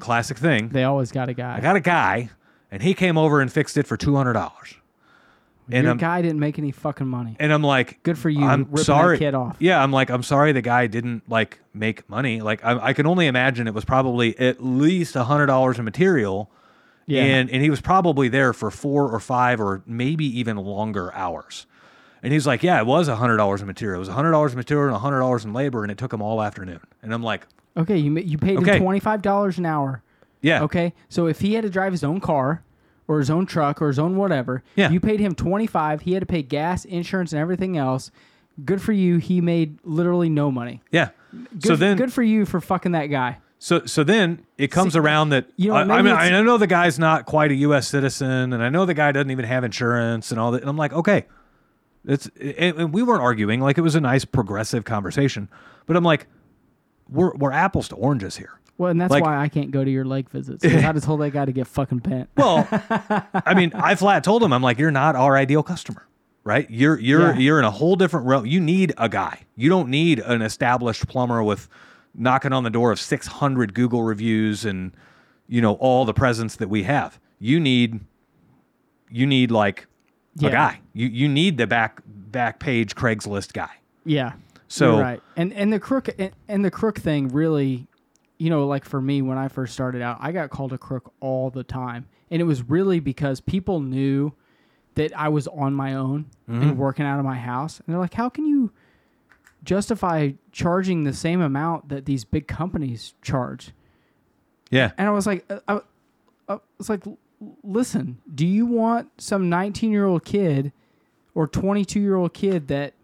[SPEAKER 1] classic thing.
[SPEAKER 2] They always got a guy.
[SPEAKER 1] I got a guy, and he came over and fixed it for $200. And
[SPEAKER 2] your
[SPEAKER 1] I'm,
[SPEAKER 2] guy didn't make any fucking money.
[SPEAKER 1] and I'm like,
[SPEAKER 2] Good for you.
[SPEAKER 1] I'm
[SPEAKER 2] ripping that
[SPEAKER 1] sorry.
[SPEAKER 2] kid off.
[SPEAKER 1] Yeah, I'm like, I'm sorry the guy didn't like make money. Like, I, I can only imagine it was probably at least $100 in material.
[SPEAKER 2] Yeah.
[SPEAKER 1] And and he was probably there for four or five or maybe even longer hours. And he's like, Yeah, it was hundred dollars in material. It was hundred dollars in material and hundred dollars in labor, and it took him all afternoon. And I'm like,
[SPEAKER 2] Okay. You ma- you paid
[SPEAKER 1] Okay.
[SPEAKER 2] him 25 dollars an hour.
[SPEAKER 1] Yeah.
[SPEAKER 2] Okay. So if he had to drive his own car or his own truck or his own whatever,
[SPEAKER 1] Yeah.
[SPEAKER 2] you paid him 25. He had to pay gas, insurance, and everything else. Good for you. He made literally no money.
[SPEAKER 1] Yeah.
[SPEAKER 2] Good,
[SPEAKER 1] So then-
[SPEAKER 2] good for you for fucking that guy.
[SPEAKER 1] So so then it comes around that
[SPEAKER 2] you know,
[SPEAKER 1] I, I
[SPEAKER 2] maybe
[SPEAKER 1] mean
[SPEAKER 2] it's-
[SPEAKER 1] I know the guy's not quite a U.S. citizen, and I know the guy doesn't even have insurance and all that. And I'm like, okay, it's and, and we weren't arguing. Like it was a nice progressive conversation, but I'm like, we're we're apples to oranges here.
[SPEAKER 2] Well, and that's
[SPEAKER 1] Like-
[SPEAKER 2] why I can't go to your lake visits. 'cause I'd have told that guy to get fucking bent.
[SPEAKER 1] Well, I mean, I flat told him, I'm like, you're not our ideal customer, right? You're you're
[SPEAKER 2] Yeah.
[SPEAKER 1] you're in a whole different realm. You need a guy. You don't need an established plumber with knocking on the door of 600 Google reviews and you know all the presence that we have. You need you need like
[SPEAKER 2] Yeah.
[SPEAKER 1] a guy. You you need the back back page Craigslist guy.
[SPEAKER 2] Yeah.
[SPEAKER 1] So-
[SPEAKER 2] You're right. And and the crook and, and the crook thing really, you know, like for me when I first started out, I got called a crook all the time. And it was really because people knew that I was on my own and working out of my house. And they're like, "How can you justify charging the same amount that these big companies charge?"
[SPEAKER 1] Yeah.
[SPEAKER 2] And I was like, uh, I, I was like, "L- listen, do you want some 19 year old kid or 22 year old kid that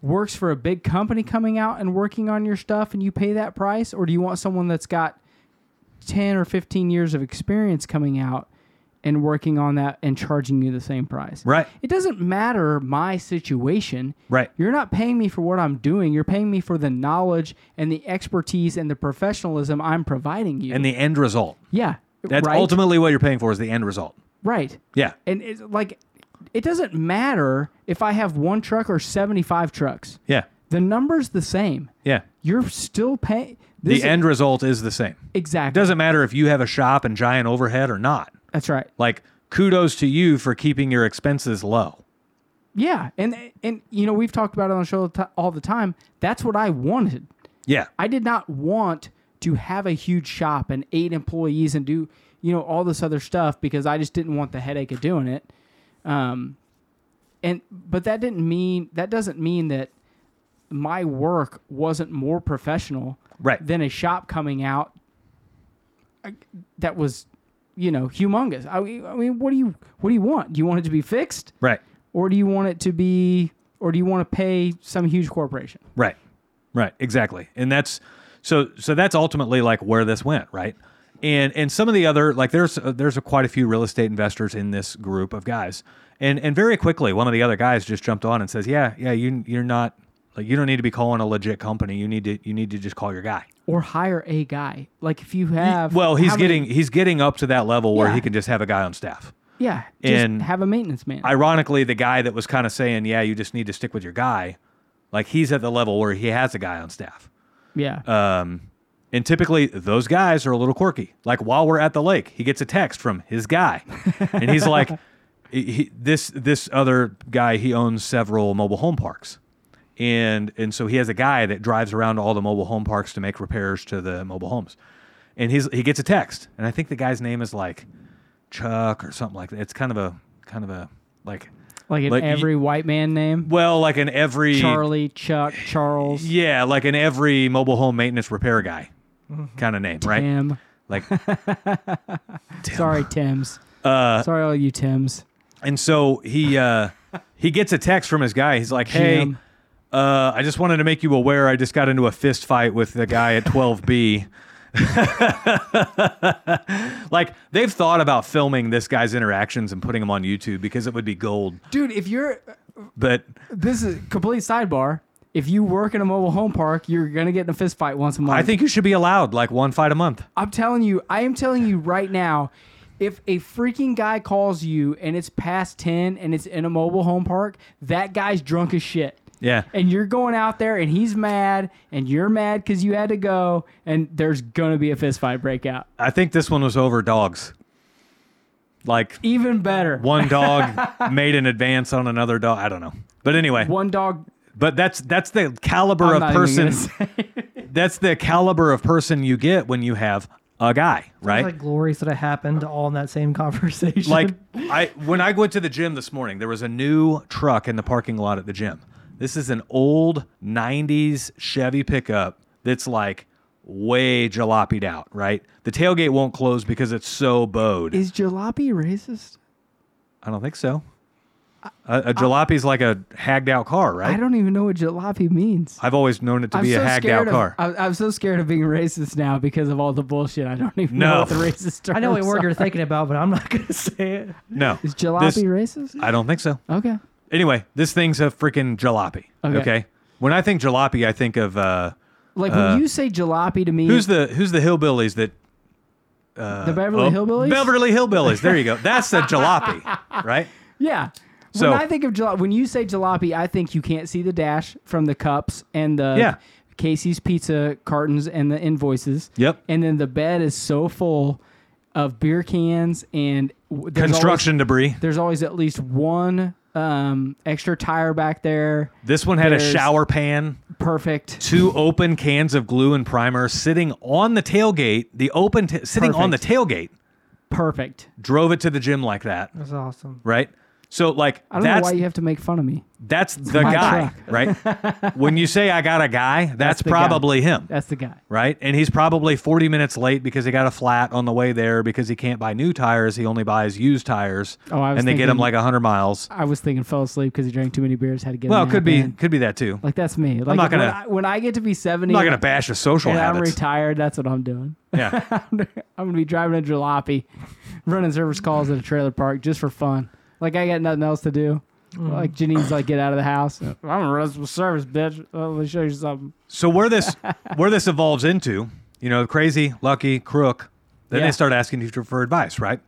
[SPEAKER 2] works for a big company coming out and working on your stuff and you pay that price? Or do you want someone that's got 10 or 15 years of experience coming out and working on that and charging you the same price?
[SPEAKER 1] Right.
[SPEAKER 2] It doesn't matter my situation.
[SPEAKER 1] Right.
[SPEAKER 2] You're not paying me for what I'm doing. You're paying me for the knowledge and the expertise and the professionalism I'm providing you.
[SPEAKER 1] And the end result.
[SPEAKER 2] Yeah.
[SPEAKER 1] That's
[SPEAKER 2] right?
[SPEAKER 1] ultimately what you're paying for is the end result.
[SPEAKER 2] Right.
[SPEAKER 1] Yeah.
[SPEAKER 2] And it's like, it doesn't matter if I have one truck or 75 trucks.
[SPEAKER 1] Yeah.
[SPEAKER 2] The number's the same.
[SPEAKER 1] Yeah.
[SPEAKER 2] You're still paying.
[SPEAKER 1] The end result is the same. It
[SPEAKER 2] Exactly.
[SPEAKER 1] doesn't matter if you have a shop and giant overhead or not.
[SPEAKER 2] That's right.
[SPEAKER 1] Like, kudos to you for keeping your expenses low.
[SPEAKER 2] Yeah. And, and, you know, we've talked about it on the show t- all the time. That's what I wanted.
[SPEAKER 1] Yeah.
[SPEAKER 2] I did not want to have a huge shop and eight employees and do you know all this other stuff because I just didn't want the headache of doing it. Um, and but that didn't mean that doesn't mean that my work wasn't more professional
[SPEAKER 1] Right.
[SPEAKER 2] than a shop coming out uh, that was you know humongous. I, mean- I mean, what do you what do you want? Do you want it to be fixed,
[SPEAKER 1] Right.
[SPEAKER 2] or do you want it to be, or do you want to pay some huge corporation?
[SPEAKER 1] Right. Right. Exactly. And that's so so that's ultimately like where this went, right? And and some of the other like there's uh, there's a quite a few real estate investors in this group of guys. And and very quickly one of the other guys just jumped on and says, "Yeah, yeah, you you're not like you don't need to be calling a legit company. You need to you need to just call your guy."
[SPEAKER 2] or hire a guy. Like if you have,
[SPEAKER 1] Well,
[SPEAKER 2] how
[SPEAKER 1] he's
[SPEAKER 2] many-
[SPEAKER 1] getting he's getting up to that level where
[SPEAKER 2] Yeah.
[SPEAKER 1] he can just have a guy on staff.
[SPEAKER 2] yeah, just
[SPEAKER 1] and-
[SPEAKER 2] have a maintenance man.
[SPEAKER 1] ironically, the guy that was kind of saying, "Yeah, you just need to stick with your guy," like he's at the level where he has a guy on staff.
[SPEAKER 2] yeah,
[SPEAKER 1] Um, and typically, those guys are a little quirky. Like while we're at the lake, he gets a text from his guy, and he's like, he- he, "This this other guy, he owns several mobile home parks." And and so he has a guy that drives around to all the mobile home parks to make repairs to the mobile homes. And he's he gets a text, and I think the guy's name is like Chuck or something like that. It's kind of a kind of a like
[SPEAKER 2] like in
[SPEAKER 1] like you-
[SPEAKER 2] every white man name,
[SPEAKER 1] well, like in every
[SPEAKER 2] Charlie, Chuck, Charles,
[SPEAKER 1] yeah, like in every mobile home maintenance repair guy kind of name, right?
[SPEAKER 2] Tim.
[SPEAKER 1] Like,
[SPEAKER 2] Sorry, Tims.
[SPEAKER 1] uh,
[SPEAKER 2] Sorry, all you Tims.
[SPEAKER 1] and so he uh, he gets a text from his guy. He's like, "Hey,
[SPEAKER 2] Jim.
[SPEAKER 1] uh, I just wanted to make you aware. I just got into a fist fight with the guy at 12B." like they've thought about filming this guy's interactions and putting them on YouTube because it would be gold.
[SPEAKER 2] Dude, if you're
[SPEAKER 1] But
[SPEAKER 2] this is complete sidebar. If you work in a mobile home park, you're gonna get in a fist fight once a month.
[SPEAKER 1] I think you should be allowed like one fight a month.
[SPEAKER 2] I'm telling you, I am telling you right now, if a freaking guy calls you and it's past 10 and it's in a mobile home park, that guy's drunk as shit.
[SPEAKER 1] Yeah.
[SPEAKER 2] And you're going out there and he's mad and you're mad because you had to go and there's going to be a fist fight breakout.
[SPEAKER 1] I think this one was over dogs. Like
[SPEAKER 2] Even better. One,
[SPEAKER 1] one dog made an advance on another dog. I don't know. But anyway,
[SPEAKER 2] dog.
[SPEAKER 1] but that's that's the caliber
[SPEAKER 2] I'm
[SPEAKER 1] of
[SPEAKER 2] not even
[SPEAKER 1] person.
[SPEAKER 2] gonna say.
[SPEAKER 1] That's the caliber of person you get when you have a guy, right?
[SPEAKER 3] It's like glories that have happened all in that same conversation.
[SPEAKER 1] like I when I went to the gym this morning, there was a new truck in the parking lot at the gym. This is an old '90s Chevy pickup that's like way jalopied out, right? The tailgate won't close because it's so bowed.
[SPEAKER 2] Is jalopy racist?
[SPEAKER 1] I don't think so. A, a jalopy's like a hagged out car,
[SPEAKER 2] I
[SPEAKER 1] right?
[SPEAKER 2] don't even know what jalopy means.
[SPEAKER 1] I've always known it to be a hagged out
[SPEAKER 2] scared
[SPEAKER 1] car.
[SPEAKER 2] Of, I, I'm so scared of being racist now because of all the bullshit. I don't even
[SPEAKER 1] No.
[SPEAKER 2] know what the racist term
[SPEAKER 3] I know what word you're
[SPEAKER 2] is.
[SPEAKER 3] thinking about, but I'm not gonna say it.
[SPEAKER 1] no.
[SPEAKER 2] Is jalopy
[SPEAKER 1] This-
[SPEAKER 2] racist?
[SPEAKER 1] I don't think so.
[SPEAKER 2] Okay.
[SPEAKER 1] Anyway, this thing's a freaking jalopy. Okay.
[SPEAKER 2] Okay.
[SPEAKER 1] When I think jalopy, I think of uh,
[SPEAKER 2] Like when
[SPEAKER 1] Uh,
[SPEAKER 2] you say jalopy to me,
[SPEAKER 1] who's the who's the hillbillies that uh,
[SPEAKER 2] The Beverly Hillbillies?
[SPEAKER 1] Beverly Hillbillies. There you go. That's a jalopy, right?
[SPEAKER 2] yeah.
[SPEAKER 1] So-
[SPEAKER 2] when I think of jalopy, when you say jalopy, I think you can't see the dash from the cups and the
[SPEAKER 1] Yeah.
[SPEAKER 2] Casey's pizza cartons and the invoices.
[SPEAKER 1] Yep.
[SPEAKER 2] And then the bed is so full of beer cans and w- there's
[SPEAKER 1] Construction debris.
[SPEAKER 2] Always, there's always at least one um, extra tire back there.
[SPEAKER 1] This one had a
[SPEAKER 2] there's-
[SPEAKER 1] shower pan,
[SPEAKER 2] Perfect.
[SPEAKER 1] two open cans of glue and primer sitting on the tailgate. The open ta- sitting on the
[SPEAKER 2] Perfect.
[SPEAKER 1] tailgate.
[SPEAKER 2] Perfect.
[SPEAKER 1] Drove it to the gym like that,
[SPEAKER 3] That's awesome.
[SPEAKER 1] right? So like
[SPEAKER 2] I don't
[SPEAKER 1] that's
[SPEAKER 2] know why you have to make fun of me.
[SPEAKER 1] that's the
[SPEAKER 2] my
[SPEAKER 1] guy, right? when you say I got a guy, that's,
[SPEAKER 2] That's the guy.
[SPEAKER 1] probably him.
[SPEAKER 2] That's the guy.
[SPEAKER 1] right? And he's probably 40 minutes late because he got a flat on the way there because he can't buy new tires. He only buys used tires.
[SPEAKER 2] Oh, I was
[SPEAKER 1] and they get him
[SPEAKER 2] thinking-
[SPEAKER 1] like 100 miles.
[SPEAKER 2] I was thinking fell asleep because he drank too many beers, had to get.
[SPEAKER 1] Well,
[SPEAKER 2] an
[SPEAKER 1] it could
[SPEAKER 2] app
[SPEAKER 1] be
[SPEAKER 2] in.
[SPEAKER 1] could be that too.
[SPEAKER 2] like that's me. Like
[SPEAKER 1] not
[SPEAKER 2] when
[SPEAKER 1] gonna-
[SPEAKER 2] I, when I get to be seventy,
[SPEAKER 1] I'm not going to bash his social
[SPEAKER 2] and I'm
[SPEAKER 1] habits.
[SPEAKER 2] retired. That's what I'm doing.
[SPEAKER 1] yeah.
[SPEAKER 2] I'm gonna be driving a jalopy, running service calls at a trailer park just for fun. Like I got nothing else to do. Like Janine's like get out of the house. I'm gonna run some service, bitch. Uh, Let me show you something.
[SPEAKER 1] So where this where this evolves into, you know, crazy, lucky, crook, then
[SPEAKER 2] Yeah.
[SPEAKER 1] they start asking you for advice, right?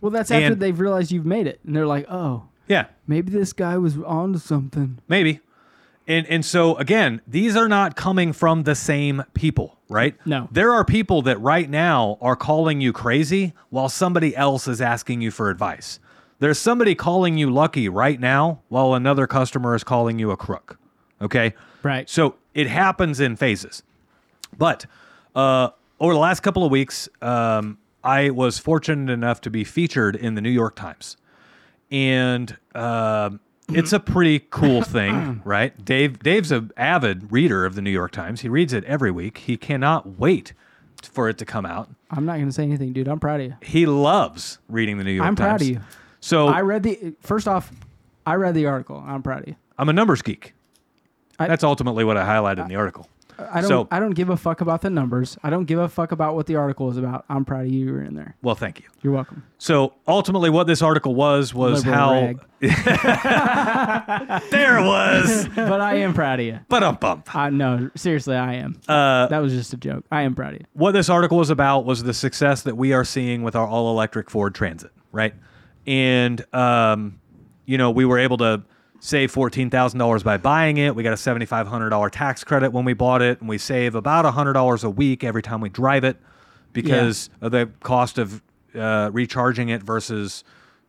[SPEAKER 2] Well, that's after
[SPEAKER 1] And-
[SPEAKER 2] they've realized you've made it, and they're like, oh,
[SPEAKER 1] Yeah.
[SPEAKER 2] maybe this guy was onto something.
[SPEAKER 1] Maybe. And and so again, these are not coming from the same people, right?
[SPEAKER 2] No.
[SPEAKER 1] There are people that right now are calling you crazy while somebody else is asking you for advice. There's somebody calling you lucky right now while another customer is calling you a crook. Okay?
[SPEAKER 2] Right.
[SPEAKER 1] So it happens in phases. But uh, over the last couple of weeks, um, I was fortunate enough to be featured in the New York Times. And um it's a pretty cool thing, right? Dave Dave's an avid reader of the New York Times. He reads it every week. He cannot wait for it to come out.
[SPEAKER 2] I'm not gonna say anything, dude. I'm proud of you.
[SPEAKER 1] He loves reading the New York
[SPEAKER 2] I'm
[SPEAKER 1] Times. Oh.
[SPEAKER 2] proud of you.
[SPEAKER 1] So
[SPEAKER 2] I read the first off. I read the article. I'm proud of you.
[SPEAKER 1] I'm a numbers geek.
[SPEAKER 2] I-
[SPEAKER 1] That's ultimately what I highlighted in the article.
[SPEAKER 2] I don't.
[SPEAKER 1] So-
[SPEAKER 2] I don't give a fuck about the numbers. I don't give a fuck about what the article is about. I'm proud of you. You were in there.
[SPEAKER 1] Well, thank you.
[SPEAKER 2] You're welcome.
[SPEAKER 1] So ultimately, what this article was was
[SPEAKER 2] Liberal
[SPEAKER 1] how
[SPEAKER 2] rag.
[SPEAKER 1] there it was,
[SPEAKER 2] but I am proud of you.
[SPEAKER 1] but um bump.
[SPEAKER 2] I no, seriously, I am.
[SPEAKER 1] Uh,
[SPEAKER 2] that was just a joke. I am proud of you.
[SPEAKER 1] what this article was about was the success that we are seeing with our all electric Ford Transit, right? And um, you know, we were able to save fourteen thousand dollars by buying it. We got a seventy five hundred dollar tax credit when we bought it, and we save about hundred dollars a week every time we drive it because of the cost of uh, recharging it versus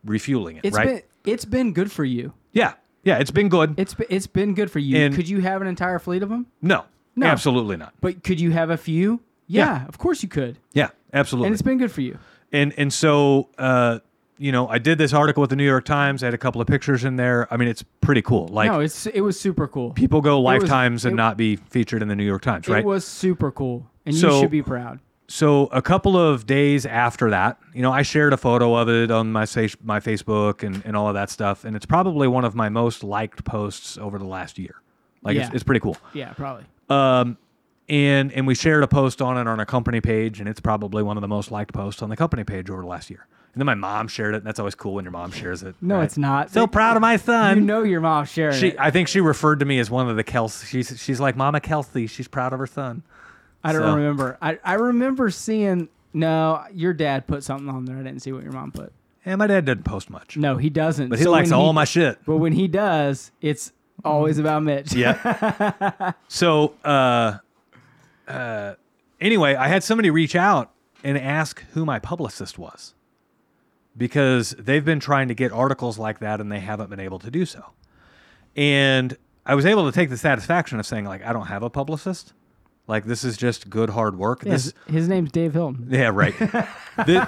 [SPEAKER 1] refueling it.
[SPEAKER 2] It's
[SPEAKER 1] right?
[SPEAKER 2] been it's been good for you.
[SPEAKER 1] yeah, yeah, it's been good.
[SPEAKER 2] It's been, it's been good for you.
[SPEAKER 1] And-
[SPEAKER 2] could you have an entire fleet of them?
[SPEAKER 1] no,
[SPEAKER 2] No.
[SPEAKER 1] absolutely not.
[SPEAKER 2] But could you have a few? Yeah,
[SPEAKER 1] Yeah.
[SPEAKER 2] of course you could.
[SPEAKER 1] Yeah, absolutely.
[SPEAKER 2] And it's been good for you.
[SPEAKER 1] and and so uh, you know, I did this article with the New York Times. I had a couple of pictures in there. I mean, it's pretty cool. Like
[SPEAKER 2] no, it's it was super cool.
[SPEAKER 1] people go
[SPEAKER 2] was-
[SPEAKER 1] lifetimes and
[SPEAKER 2] it-
[SPEAKER 1] not be featured in the New York Times, right?
[SPEAKER 2] It was super cool, and
[SPEAKER 1] So-
[SPEAKER 2] you should be proud.
[SPEAKER 1] so a couple of days after that, you know, I shared a photo of it on my sa- my Facebook and, and all of that stuff, and it's probably one of my most liked posts over the last year. Like it's,
[SPEAKER 2] Yeah.
[SPEAKER 1] it's pretty cool.
[SPEAKER 2] Yeah, probably.
[SPEAKER 1] Um, and and we shared a post on it on our company page, and it's probably one of the most liked posts on the company page over the last year. And then my mom shared it, and that's always cool when your mom shares it.
[SPEAKER 2] No,
[SPEAKER 1] right?
[SPEAKER 2] it's not.
[SPEAKER 1] So proud of my
[SPEAKER 2] You
[SPEAKER 1] son.
[SPEAKER 2] know your mom sharing.
[SPEAKER 1] she,
[SPEAKER 2] it.
[SPEAKER 1] I think she referred to me as one of the Kelsey. She's she's like Mama Kelsey. She's proud of her son.
[SPEAKER 2] I don't
[SPEAKER 1] so-
[SPEAKER 2] remember. I, I remember seeing. No, your dad put something on there. I didn't see what your mom put.
[SPEAKER 1] And my dad doesn't post much,
[SPEAKER 2] No, he doesn't.
[SPEAKER 1] but he
[SPEAKER 2] So
[SPEAKER 1] likes
[SPEAKER 2] when
[SPEAKER 1] all my shit.
[SPEAKER 2] But when he does, it's always about Mitch.
[SPEAKER 1] Yeah. so, uh, uh, anyway, I had somebody reach out and ask who my publicist was because they've been trying to get articles like that and they haven't been able to do so. And I was able to take the satisfaction of saying, like, I don't have a publicist. Like, this is just good hard work. This,
[SPEAKER 2] His, his name's Dave Hilton.
[SPEAKER 1] yeah, right. Thi-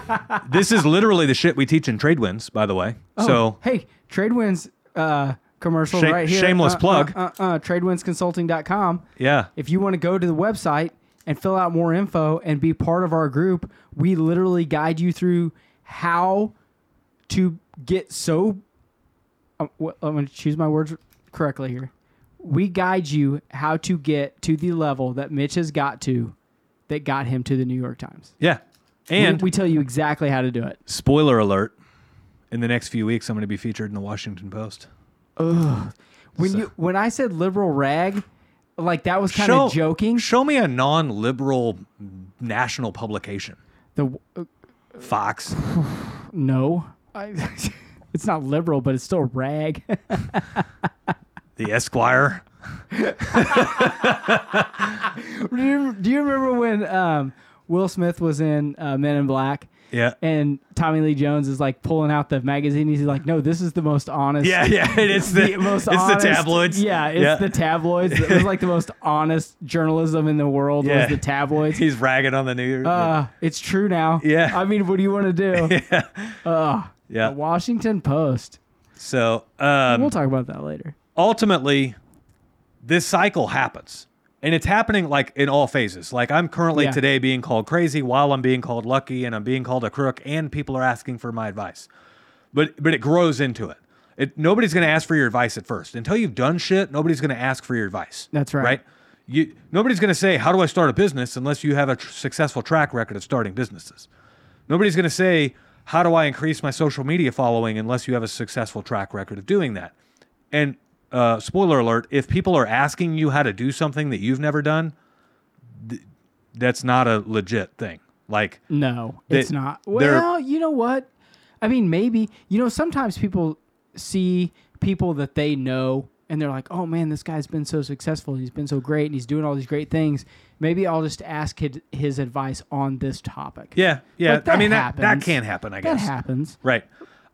[SPEAKER 1] this is literally the shit we teach in Tradewinds, by the way.
[SPEAKER 2] Oh.
[SPEAKER 1] so,
[SPEAKER 2] hey, TradeWinds uh, commercial
[SPEAKER 1] Shame-
[SPEAKER 2] right here.
[SPEAKER 1] shameless
[SPEAKER 2] Uh,
[SPEAKER 1] plug.
[SPEAKER 2] Uh, uh, uh, TradeWindsConsulting.com.
[SPEAKER 1] yeah.
[SPEAKER 2] If you want to go to the website and fill out more info and be part of our group, we literally guide you through how to get so I'm, I'm going to choose my words correctly here. We guide you how to get to the level that Mitch has got to, that got him to the New York Times.
[SPEAKER 1] Yeah.
[SPEAKER 2] We-
[SPEAKER 1] And
[SPEAKER 2] we, tell you exactly how to do it.
[SPEAKER 1] spoiler alert, in the next few weeks, I'm going to be featured in the Washington Post.
[SPEAKER 2] When you when I said liberal rag, like that was kind
[SPEAKER 1] Show-
[SPEAKER 2] of joking.
[SPEAKER 1] Show me a non liberal national publication.
[SPEAKER 2] the uh,
[SPEAKER 1] Fox.
[SPEAKER 2] no, I, it's not liberal, but it's still rag.
[SPEAKER 1] The Esquire.
[SPEAKER 2] do, you, do you remember when um, Will Smith was in uh, Men in Black?
[SPEAKER 1] Yeah.
[SPEAKER 2] And Tommy Lee Jones is like pulling out the magazine. He's like, "No, this is the most honest."
[SPEAKER 1] Yeah, yeah. and It's the,
[SPEAKER 2] the most
[SPEAKER 1] it's
[SPEAKER 2] honest,
[SPEAKER 1] the tabloids.
[SPEAKER 2] Yeah, it's the tabloids. It was like the most honest journalism in the world
[SPEAKER 1] Yeah.
[SPEAKER 2] was the tabloids.
[SPEAKER 1] He's ragging on the New Year's.
[SPEAKER 2] Uh, it's true now.
[SPEAKER 1] Yeah.
[SPEAKER 2] I mean, what do you want to do?
[SPEAKER 1] yeah.
[SPEAKER 2] The Washington Post.
[SPEAKER 1] So um,
[SPEAKER 2] uh, We'll talk about that later.
[SPEAKER 1] ultimately, this cycle happens. And it's happening like in all phases. Like I'm currently
[SPEAKER 2] Yeah.
[SPEAKER 1] today being called crazy while I'm being called lucky and I'm being called a crook and people are asking for my advice. But but it grows into it. It nobody's gonna ask for your advice at first. Until you've done shit, nobody's gonna ask for your advice.
[SPEAKER 2] That's right.
[SPEAKER 1] Right? You nobody's gonna say, How do I start a business unless you have a tr- successful track record of starting businesses? Nobody's going to say, How do I increase my social media following unless you have a successful track record of doing that? And uh, spoiler alert, if people are asking you how to do something that you've never done, th- that's not a legit thing. Like,
[SPEAKER 2] No,
[SPEAKER 1] They-
[SPEAKER 2] it's not.
[SPEAKER 1] they're-
[SPEAKER 2] Well, you know what? I mean, maybe. You know, sometimes people see people that they know and they're like, oh man, this guy's been so successful and he's been so great and he's doing all these great things. Maybe I'll just ask his, his advice on this topic.
[SPEAKER 1] yeah, yeah.
[SPEAKER 2] Like, that
[SPEAKER 1] I mean, that, that
[SPEAKER 2] happens.
[SPEAKER 1] can happen, I
[SPEAKER 2] That
[SPEAKER 1] guess.
[SPEAKER 2] happens.
[SPEAKER 1] right.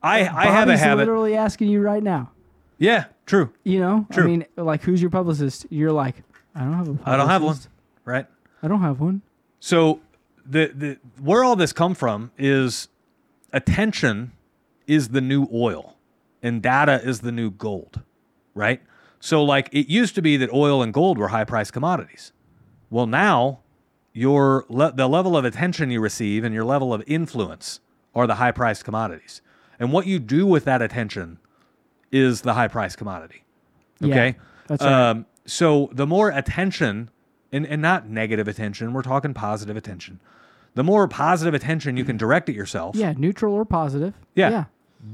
[SPEAKER 1] I, I have a
[SPEAKER 2] Uh, Bobby's
[SPEAKER 1] habit.
[SPEAKER 2] literally asking you right now.
[SPEAKER 1] yeah, true.
[SPEAKER 2] You know?
[SPEAKER 1] True.
[SPEAKER 2] I mean, like, who's your publicist? You're like, I don't have a publicist.
[SPEAKER 1] I don't have one. Right.
[SPEAKER 2] I don't have one.
[SPEAKER 1] So the the where all this come from is attention is the new oil and data is the new gold, right? So like it used to be that oil and gold were high price commodities. Well now your le- the level of attention you receive and your level of influence are the high priced commodities. And what you do with that attention is the high price commodity.
[SPEAKER 2] Yeah,
[SPEAKER 1] Okay.
[SPEAKER 2] that's right.
[SPEAKER 1] Um, so the more attention, and, and not negative attention, we're talking positive attention. The more positive attention you can direct at yourself,
[SPEAKER 2] Yeah, neutral or positive.
[SPEAKER 1] yeah,
[SPEAKER 2] Yeah.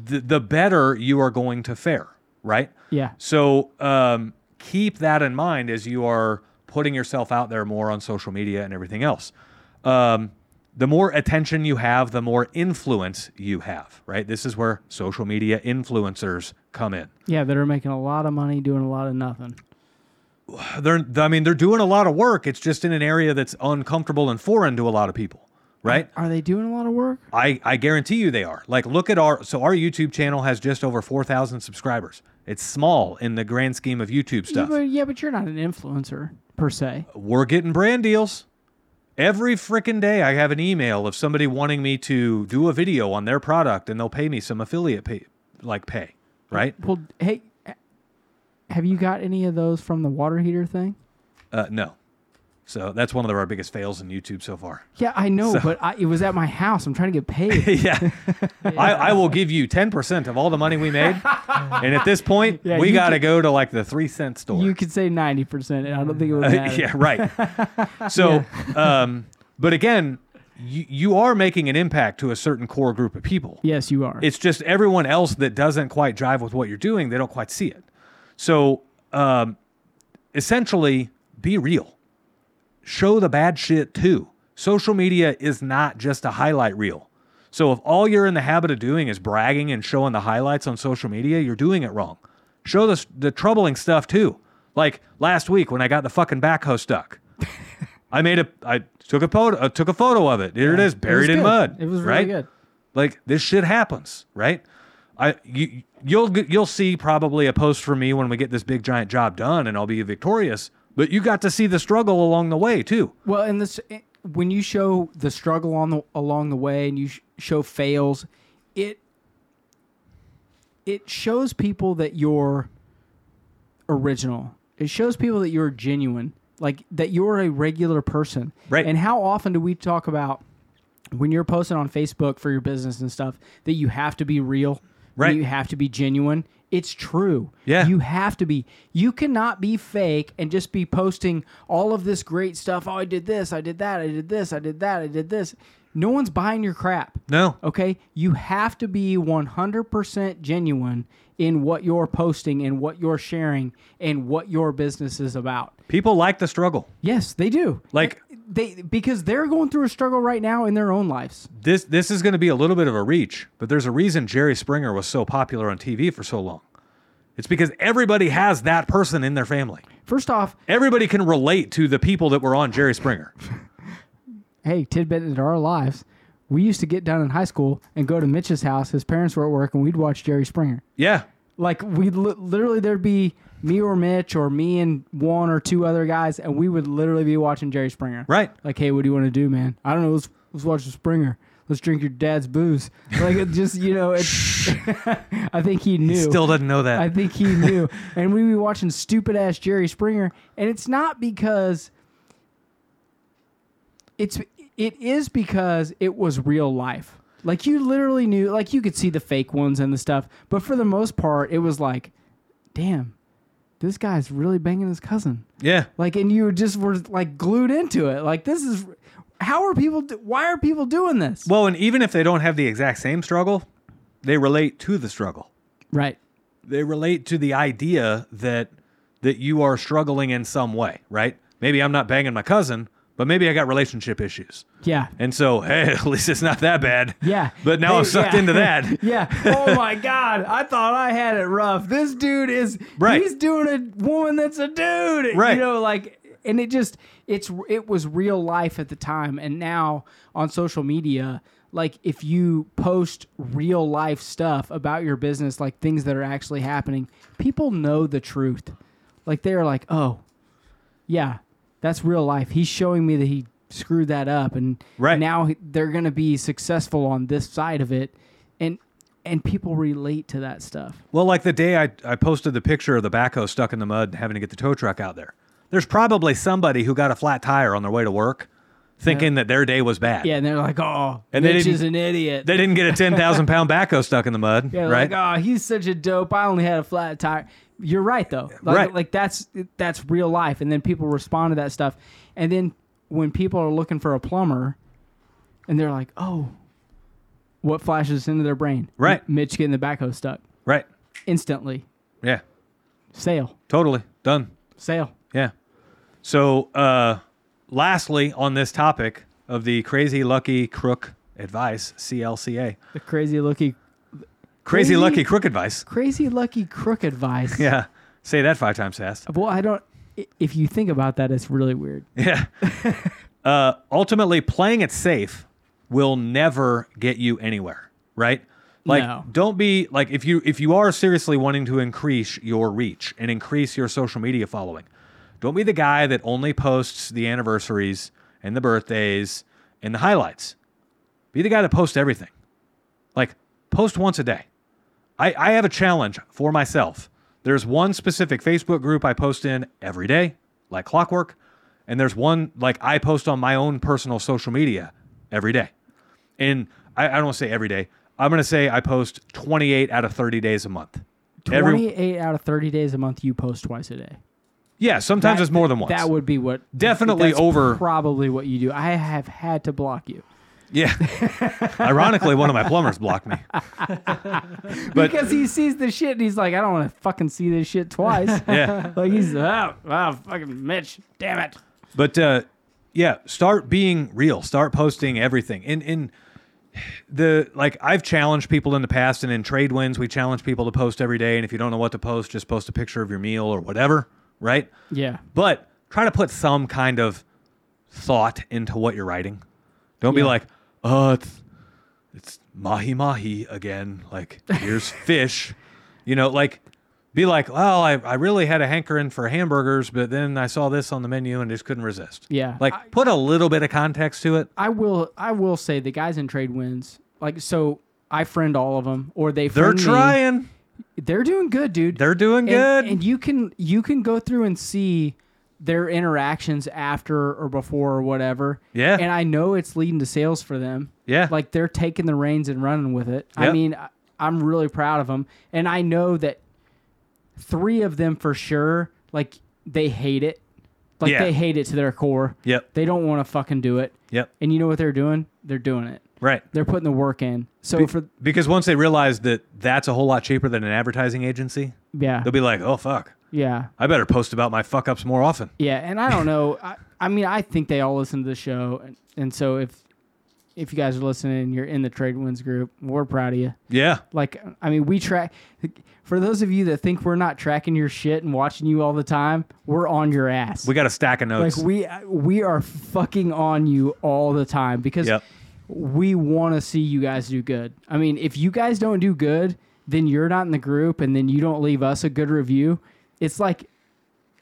[SPEAKER 1] The, the better you are going to fare, right?
[SPEAKER 2] Yeah.
[SPEAKER 1] So um, keep that in mind as you are putting yourself out there more on social media and everything else. Um, the more attention you have, the more influence you have, right? This is where social media influencers come in.
[SPEAKER 2] Yeah, that are making a lot of money doing a lot of nothing.
[SPEAKER 1] they're I mean they're doing a lot of work. It's just in an area that's uncomfortable and foreign to a lot of people, right?
[SPEAKER 2] Are they doing a lot of work?
[SPEAKER 1] I I guarantee you they are. Like look at our so our YouTube channel has just over 4,000 subscribers. It's small in the grand scheme of YouTube
[SPEAKER 2] Yeah
[SPEAKER 1] stuff.
[SPEAKER 2] but, yeah, but you're not an influencer per se.
[SPEAKER 1] We're getting brand deals. Every freaking day I have an email of somebody wanting me to do a video on their product and they'll pay me some affiliate pay like pay, right?
[SPEAKER 2] Well, hey, have you got any of those from the water heater thing?
[SPEAKER 1] Uh no. So that's one of our biggest fails in YouTube so far.
[SPEAKER 2] Yeah, I know, but I, it was at my house. I'm trying to get paid.
[SPEAKER 1] yeah. I, I will give you 10% of all the money we made. and at this point,
[SPEAKER 2] Yeah,
[SPEAKER 1] we
[SPEAKER 2] you
[SPEAKER 1] got to go to like the three cent store.
[SPEAKER 2] you could say 90%, and I don't think it would matter.
[SPEAKER 1] Uh, yeah, right. So, um, but again, you, you are making an impact to a certain core group of people.
[SPEAKER 2] Yes, you are.
[SPEAKER 1] It's just everyone else that doesn't quite drive with what you're doing, they don't quite see it. So, um, essentially, be real. Show the bad shit too. Social media is not just a highlight reel. So, if all you're in the habit of doing is bragging and showing the highlights on social media, you're doing it wrong. Show the, the troubling stuff too. Like last week when I got the fucking backhoe stuck. I made a, I took a photo, uh, took a photo of it. Here it is,
[SPEAKER 2] was
[SPEAKER 1] buried in
[SPEAKER 2] good.
[SPEAKER 1] mud.
[SPEAKER 2] It was really
[SPEAKER 1] right?
[SPEAKER 2] good.
[SPEAKER 1] Like this shit happens, right? I you you'll g- you'll see probably a post from me when we get this big giant job done, and I'll be victorious. But you got to see the struggle along the way too.
[SPEAKER 2] Well, and this eh, when you show the struggle on the along the way and you sh- show fails, it it shows people that you're original. It shows people that you're genuine, like that you're a regular person.
[SPEAKER 1] Right.
[SPEAKER 2] And how often do we talk about when you're posting on Facebook for your business and stuff that you have to be real, and
[SPEAKER 1] Right.
[SPEAKER 2] You have to be genuine, It's true.
[SPEAKER 1] Yeah.
[SPEAKER 2] You have to be. You cannot be fake and just be posting all of this great stuff. Oh, I did this, I did that, I did this, I did that, I did this. No one's buying your crap.
[SPEAKER 1] No.
[SPEAKER 2] Okay? You have to be 100% genuine in what you're posting and what you're sharing and what your business is about.
[SPEAKER 1] People like the struggle.
[SPEAKER 2] Yes, they do.
[SPEAKER 1] Like-
[SPEAKER 2] they because they're going through a struggle right now in their own lives.
[SPEAKER 1] This this is going to be a little bit of a reach, but there's a reason Jerry Springer was so popular on TV for so long. It's because everybody has that person in their family.
[SPEAKER 2] First off,
[SPEAKER 1] Everybody can relate to the people that were on Jerry Springer.
[SPEAKER 2] hey, tidbit into our lives. We used to get down in high school and go to Mitch's house. His parents were at work, and we'd watch Jerry Springer.
[SPEAKER 1] Yeah.
[SPEAKER 2] Like we li- literally, there'd be me or Mitch or me and one or two other guys, and we would literally be watching Jerry Springer.
[SPEAKER 1] Right.
[SPEAKER 2] Like, hey, what do you want to do, man? I don't know. Let's let's watch the Springer. Let's drink your dad's booze. Like it just you know, it, I think he knew.
[SPEAKER 1] He still doesn't know that.
[SPEAKER 2] I think he knew. and we be watching stupid ass Jerry Springer, and it's not because it's it is because it was real life. Like you literally knew, like you could see the fake ones and the stuff, but for the most part, it was like, damn, this guy's really banging his cousin.
[SPEAKER 1] yeah.
[SPEAKER 2] Like, and you just were like glued into it. Like, this is how are people? do- Why are people doing this?
[SPEAKER 1] Well, and even if they don't have the exact same struggle, they relate to the struggle.
[SPEAKER 2] right.
[SPEAKER 1] they relate to the idea that that you are struggling in some way, right? Maybe I'm not banging my cousin, but maybe I got relationship issues.
[SPEAKER 2] Yeah.
[SPEAKER 1] And so, hey, at least it's not that bad.
[SPEAKER 2] Yeah.
[SPEAKER 1] But now
[SPEAKER 2] They-
[SPEAKER 1] I'm sucked
[SPEAKER 2] yeah.
[SPEAKER 1] into that.
[SPEAKER 2] yeah. Oh my God. I thought I had it rough. This dude is
[SPEAKER 1] Right.
[SPEAKER 2] he's doing a woman that's a dude.
[SPEAKER 1] Right.
[SPEAKER 2] You know, like and it just it's it was real life at the time. And now on social media, like if you post real life stuff about your business, like things that are actually happening, people know the truth. Like they're like, oh, yeah, that's real life. He's showing me that he screwed that up, and
[SPEAKER 1] Right.
[SPEAKER 2] now he- they're going to be successful on this side of it, and and people relate to that stuff.
[SPEAKER 1] Well, like the day I, I posted the picture of the backhoe stuck in the mud and having to get the tow truck out there. There's probably somebody who got a flat tire on their way to work thinking that their day was bad.
[SPEAKER 2] Yeah, and they're like, oh,
[SPEAKER 1] And
[SPEAKER 2] and
[SPEAKER 1] they
[SPEAKER 2] Mitch
[SPEAKER 1] didn't-
[SPEAKER 2] is an idiot.
[SPEAKER 1] They didn't get a 10,000 pound backhoe stuck in the mud,
[SPEAKER 2] yeah,
[SPEAKER 1] right?
[SPEAKER 2] right? like, oh, he's such a dope. I only had a flat tire. You're right though. Like,
[SPEAKER 1] Right.
[SPEAKER 2] Like that's that's real life, and then people respond to that stuff, and then when people are looking for a plumber, and they're like, oh, what flashes into their brain?
[SPEAKER 1] Right.
[SPEAKER 2] Mitch getting the backhoe stuck
[SPEAKER 1] right.
[SPEAKER 2] instantly.
[SPEAKER 1] Yeah.
[SPEAKER 2] Sale.
[SPEAKER 1] Totally. Done.
[SPEAKER 2] Sale.
[SPEAKER 1] Yeah. So, uh, lastly, on this topic of the crazy lucky crook advice, CLCA,
[SPEAKER 2] The crazy lucky,
[SPEAKER 1] crazy
[SPEAKER 2] Crazy-
[SPEAKER 1] lucky crook advice.
[SPEAKER 2] crazy lucky crook advice.
[SPEAKER 1] Yeah. Say that five times fast.
[SPEAKER 2] Well, I don't. i- If you think about that, it's really weird.
[SPEAKER 1] Yeah. uh, ultimately, playing it safe will never get you anywhere, right? Like,
[SPEAKER 2] No.
[SPEAKER 1] don't be like if you if you are seriously wanting to increase your reach and increase your social media following, don't be the guy that only posts the anniversaries and the birthdays and the highlights. Be the guy that posts everything. Like, post once a day. I, I have a challenge for myself. There's one specific Facebook group I post in every day, like clockwork. And there's one like I post on my own personal social media every day. And I, I don't wanna say every day. I'm going to say I post 28 out of 30 days a month. Every-
[SPEAKER 2] Twenty-eight out of thirty days a month, you post twice a day.
[SPEAKER 1] yeah, sometimes
[SPEAKER 2] That-
[SPEAKER 1] it's more than once.
[SPEAKER 2] That would be what
[SPEAKER 1] Definitely
[SPEAKER 2] that's
[SPEAKER 1] over-
[SPEAKER 2] Probably what you do. I have had to block you
[SPEAKER 1] yeah. Ironically, one of my plumbers blocked me. But-
[SPEAKER 2] because he sees the shit and he's like, I don't want to fucking see this shit twice.
[SPEAKER 1] Yeah.
[SPEAKER 2] like he's oh, wow, fucking Mitch, damn it.
[SPEAKER 1] But uh, yeah, start being real. Start posting everything. And in the like, I've challenged people in the past, and in trade wins, we challenge people to post every day. And if you don't know what to post, just post a picture of your meal or whatever, right?
[SPEAKER 2] Yeah.
[SPEAKER 1] But try to put some kind of thought into what you're writing. Don't be
[SPEAKER 2] Yeah.
[SPEAKER 1] like, uh, it's, it's mahi mahi again. Like, here's fish. You know, like, be like, well, I, I really had a hankering for hamburgers, but then I saw this on the menu and just couldn't resist.
[SPEAKER 2] Yeah.
[SPEAKER 1] Like, put a little bit of context to it.
[SPEAKER 2] I will. I will say the guys in trade wins. Like so, I friend all of them, or they.
[SPEAKER 1] They're
[SPEAKER 2] friend me.
[SPEAKER 1] trying.
[SPEAKER 2] They're doing good, dude.
[SPEAKER 1] They're doing
[SPEAKER 2] And-
[SPEAKER 1] good.
[SPEAKER 2] And you can you can go through and see their interactions after or before or whatever.
[SPEAKER 1] Yeah.
[SPEAKER 2] And I know it's leading to sales for them.
[SPEAKER 1] Yeah.
[SPEAKER 2] Like they're taking the reins and running with it. I
[SPEAKER 1] Yep.
[SPEAKER 2] mean, I, I'm really proud of them, and I know that three of them for sure, like they hate it. Like
[SPEAKER 1] Yeah.
[SPEAKER 2] they hate it to their core.
[SPEAKER 1] Yep.
[SPEAKER 2] They don't want to fucking do it.
[SPEAKER 1] Yep.
[SPEAKER 2] And you know what they're doing? They're doing it.
[SPEAKER 1] Right.
[SPEAKER 2] They're putting the work in. So for
[SPEAKER 1] because once they realize that that's a whole lot cheaper than an advertising agency,
[SPEAKER 2] yeah,
[SPEAKER 1] they'll be like, "Oh fuck,
[SPEAKER 2] yeah,
[SPEAKER 1] I better post about my fuck ups more often."
[SPEAKER 2] yeah. And I don't know. I, I mean, I think they all listen to the show, and, and so if if you guys are listening, and you're in the Trade Winds group. We're proud of you.
[SPEAKER 1] Yeah.
[SPEAKER 2] Like, I mean, we track. For those of you that think we're not tracking your shit and watching you all the time, we're on your ass.
[SPEAKER 1] We got a stack of
[SPEAKER 2] like
[SPEAKER 1] notes.
[SPEAKER 2] we we are fucking on you all the time because
[SPEAKER 1] Yep.
[SPEAKER 2] we want to see you guys do good. I mean, if you guys don't do good, then you're not in the group, and then you don't leave us a good review. It's like,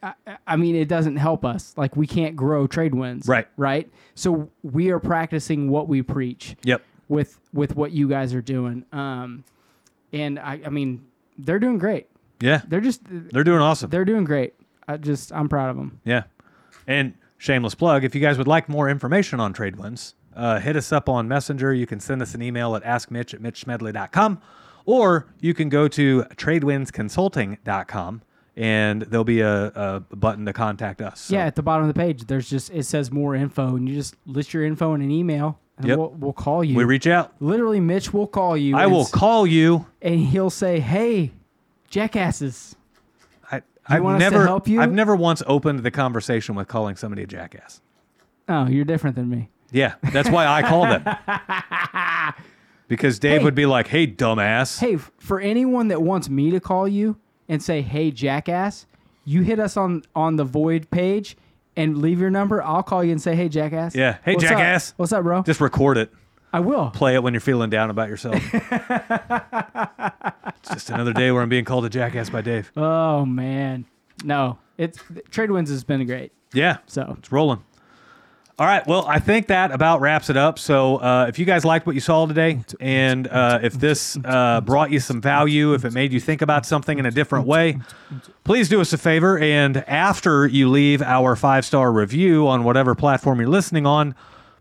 [SPEAKER 2] I, I mean, it doesn't help us. Like we can't grow trade wins,
[SPEAKER 1] Right.
[SPEAKER 2] Right. So we are practicing what we preach
[SPEAKER 1] yep.
[SPEAKER 2] with with what you guys are doing. Um, and I, I mean, they're doing great.
[SPEAKER 1] Yeah.
[SPEAKER 2] They're just
[SPEAKER 1] They're doing awesome.
[SPEAKER 2] they're doing great. I just I'm proud of them.
[SPEAKER 1] yeah. And shameless plug, if you guys would like more information on TradeWinds, uh, hit us up on Messenger. You can send us an email at askmitch at mitchsmedley.com or you can go to tradewindsconsulting.com and there'll be a, a button to contact us. So-
[SPEAKER 2] Yeah, at the bottom of the page, there's just it says more info, and you just list your info in an email, and
[SPEAKER 1] Yep.
[SPEAKER 2] we'll, we'll call you.
[SPEAKER 1] We reach out.
[SPEAKER 2] Literally, Mitch will call you.
[SPEAKER 1] I
[SPEAKER 2] and
[SPEAKER 1] will
[SPEAKER 2] s-
[SPEAKER 1] call you.
[SPEAKER 2] and he'll say, "Hey, jackasses."
[SPEAKER 1] I, I've
[SPEAKER 2] want us to
[SPEAKER 1] never,
[SPEAKER 2] help you?
[SPEAKER 1] I've never once opened the conversation with calling somebody a jackass.
[SPEAKER 2] Oh, you're different than me.
[SPEAKER 1] Yeah, that's why I call them. Because Dave
[SPEAKER 2] Hey.
[SPEAKER 1] would be like, "Hey, dumbass."
[SPEAKER 2] Hey, f- for anyone that wants me to call you and say, "Hey, jackass," you hit us on on the void page and leave your number. I'll call you and say, "Hey, jackass."
[SPEAKER 1] Yeah. Hey,
[SPEAKER 2] What's up?
[SPEAKER 1] jackass.
[SPEAKER 2] What's up, bro?
[SPEAKER 1] Just record it.
[SPEAKER 2] I will.
[SPEAKER 1] Play it when you're feeling down about yourself. it's just another day where I'm being called a jackass by Dave.
[SPEAKER 2] Oh man, no. It's trade wins has been great.
[SPEAKER 1] Yeah.
[SPEAKER 2] So
[SPEAKER 1] It's rolling. All right. Well, I think that about wraps it up. So, uh, if you guys liked what you saw today, and uh, if this uh, brought you some value, if it made you think about something in a different way, please do us a favor. And after you leave our five star review on whatever platform you're listening on,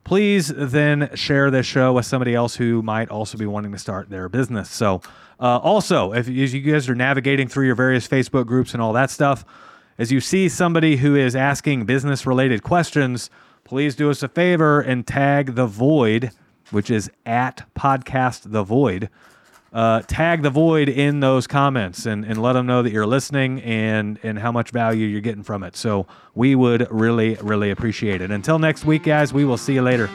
[SPEAKER 1] please then share this show with somebody else who might also be wanting to start their business. So, uh, also, if, if you guys are navigating through your various Facebook groups and all that stuff, as you see somebody who is asking business related questions, please do us a favor and tag the void, which is at podcast the void. Uh, tag the void in those comments and, and let them know that you're listening and, and how much value you're getting from it. So we would really, really appreciate it. Until next week, guys, we will see you later.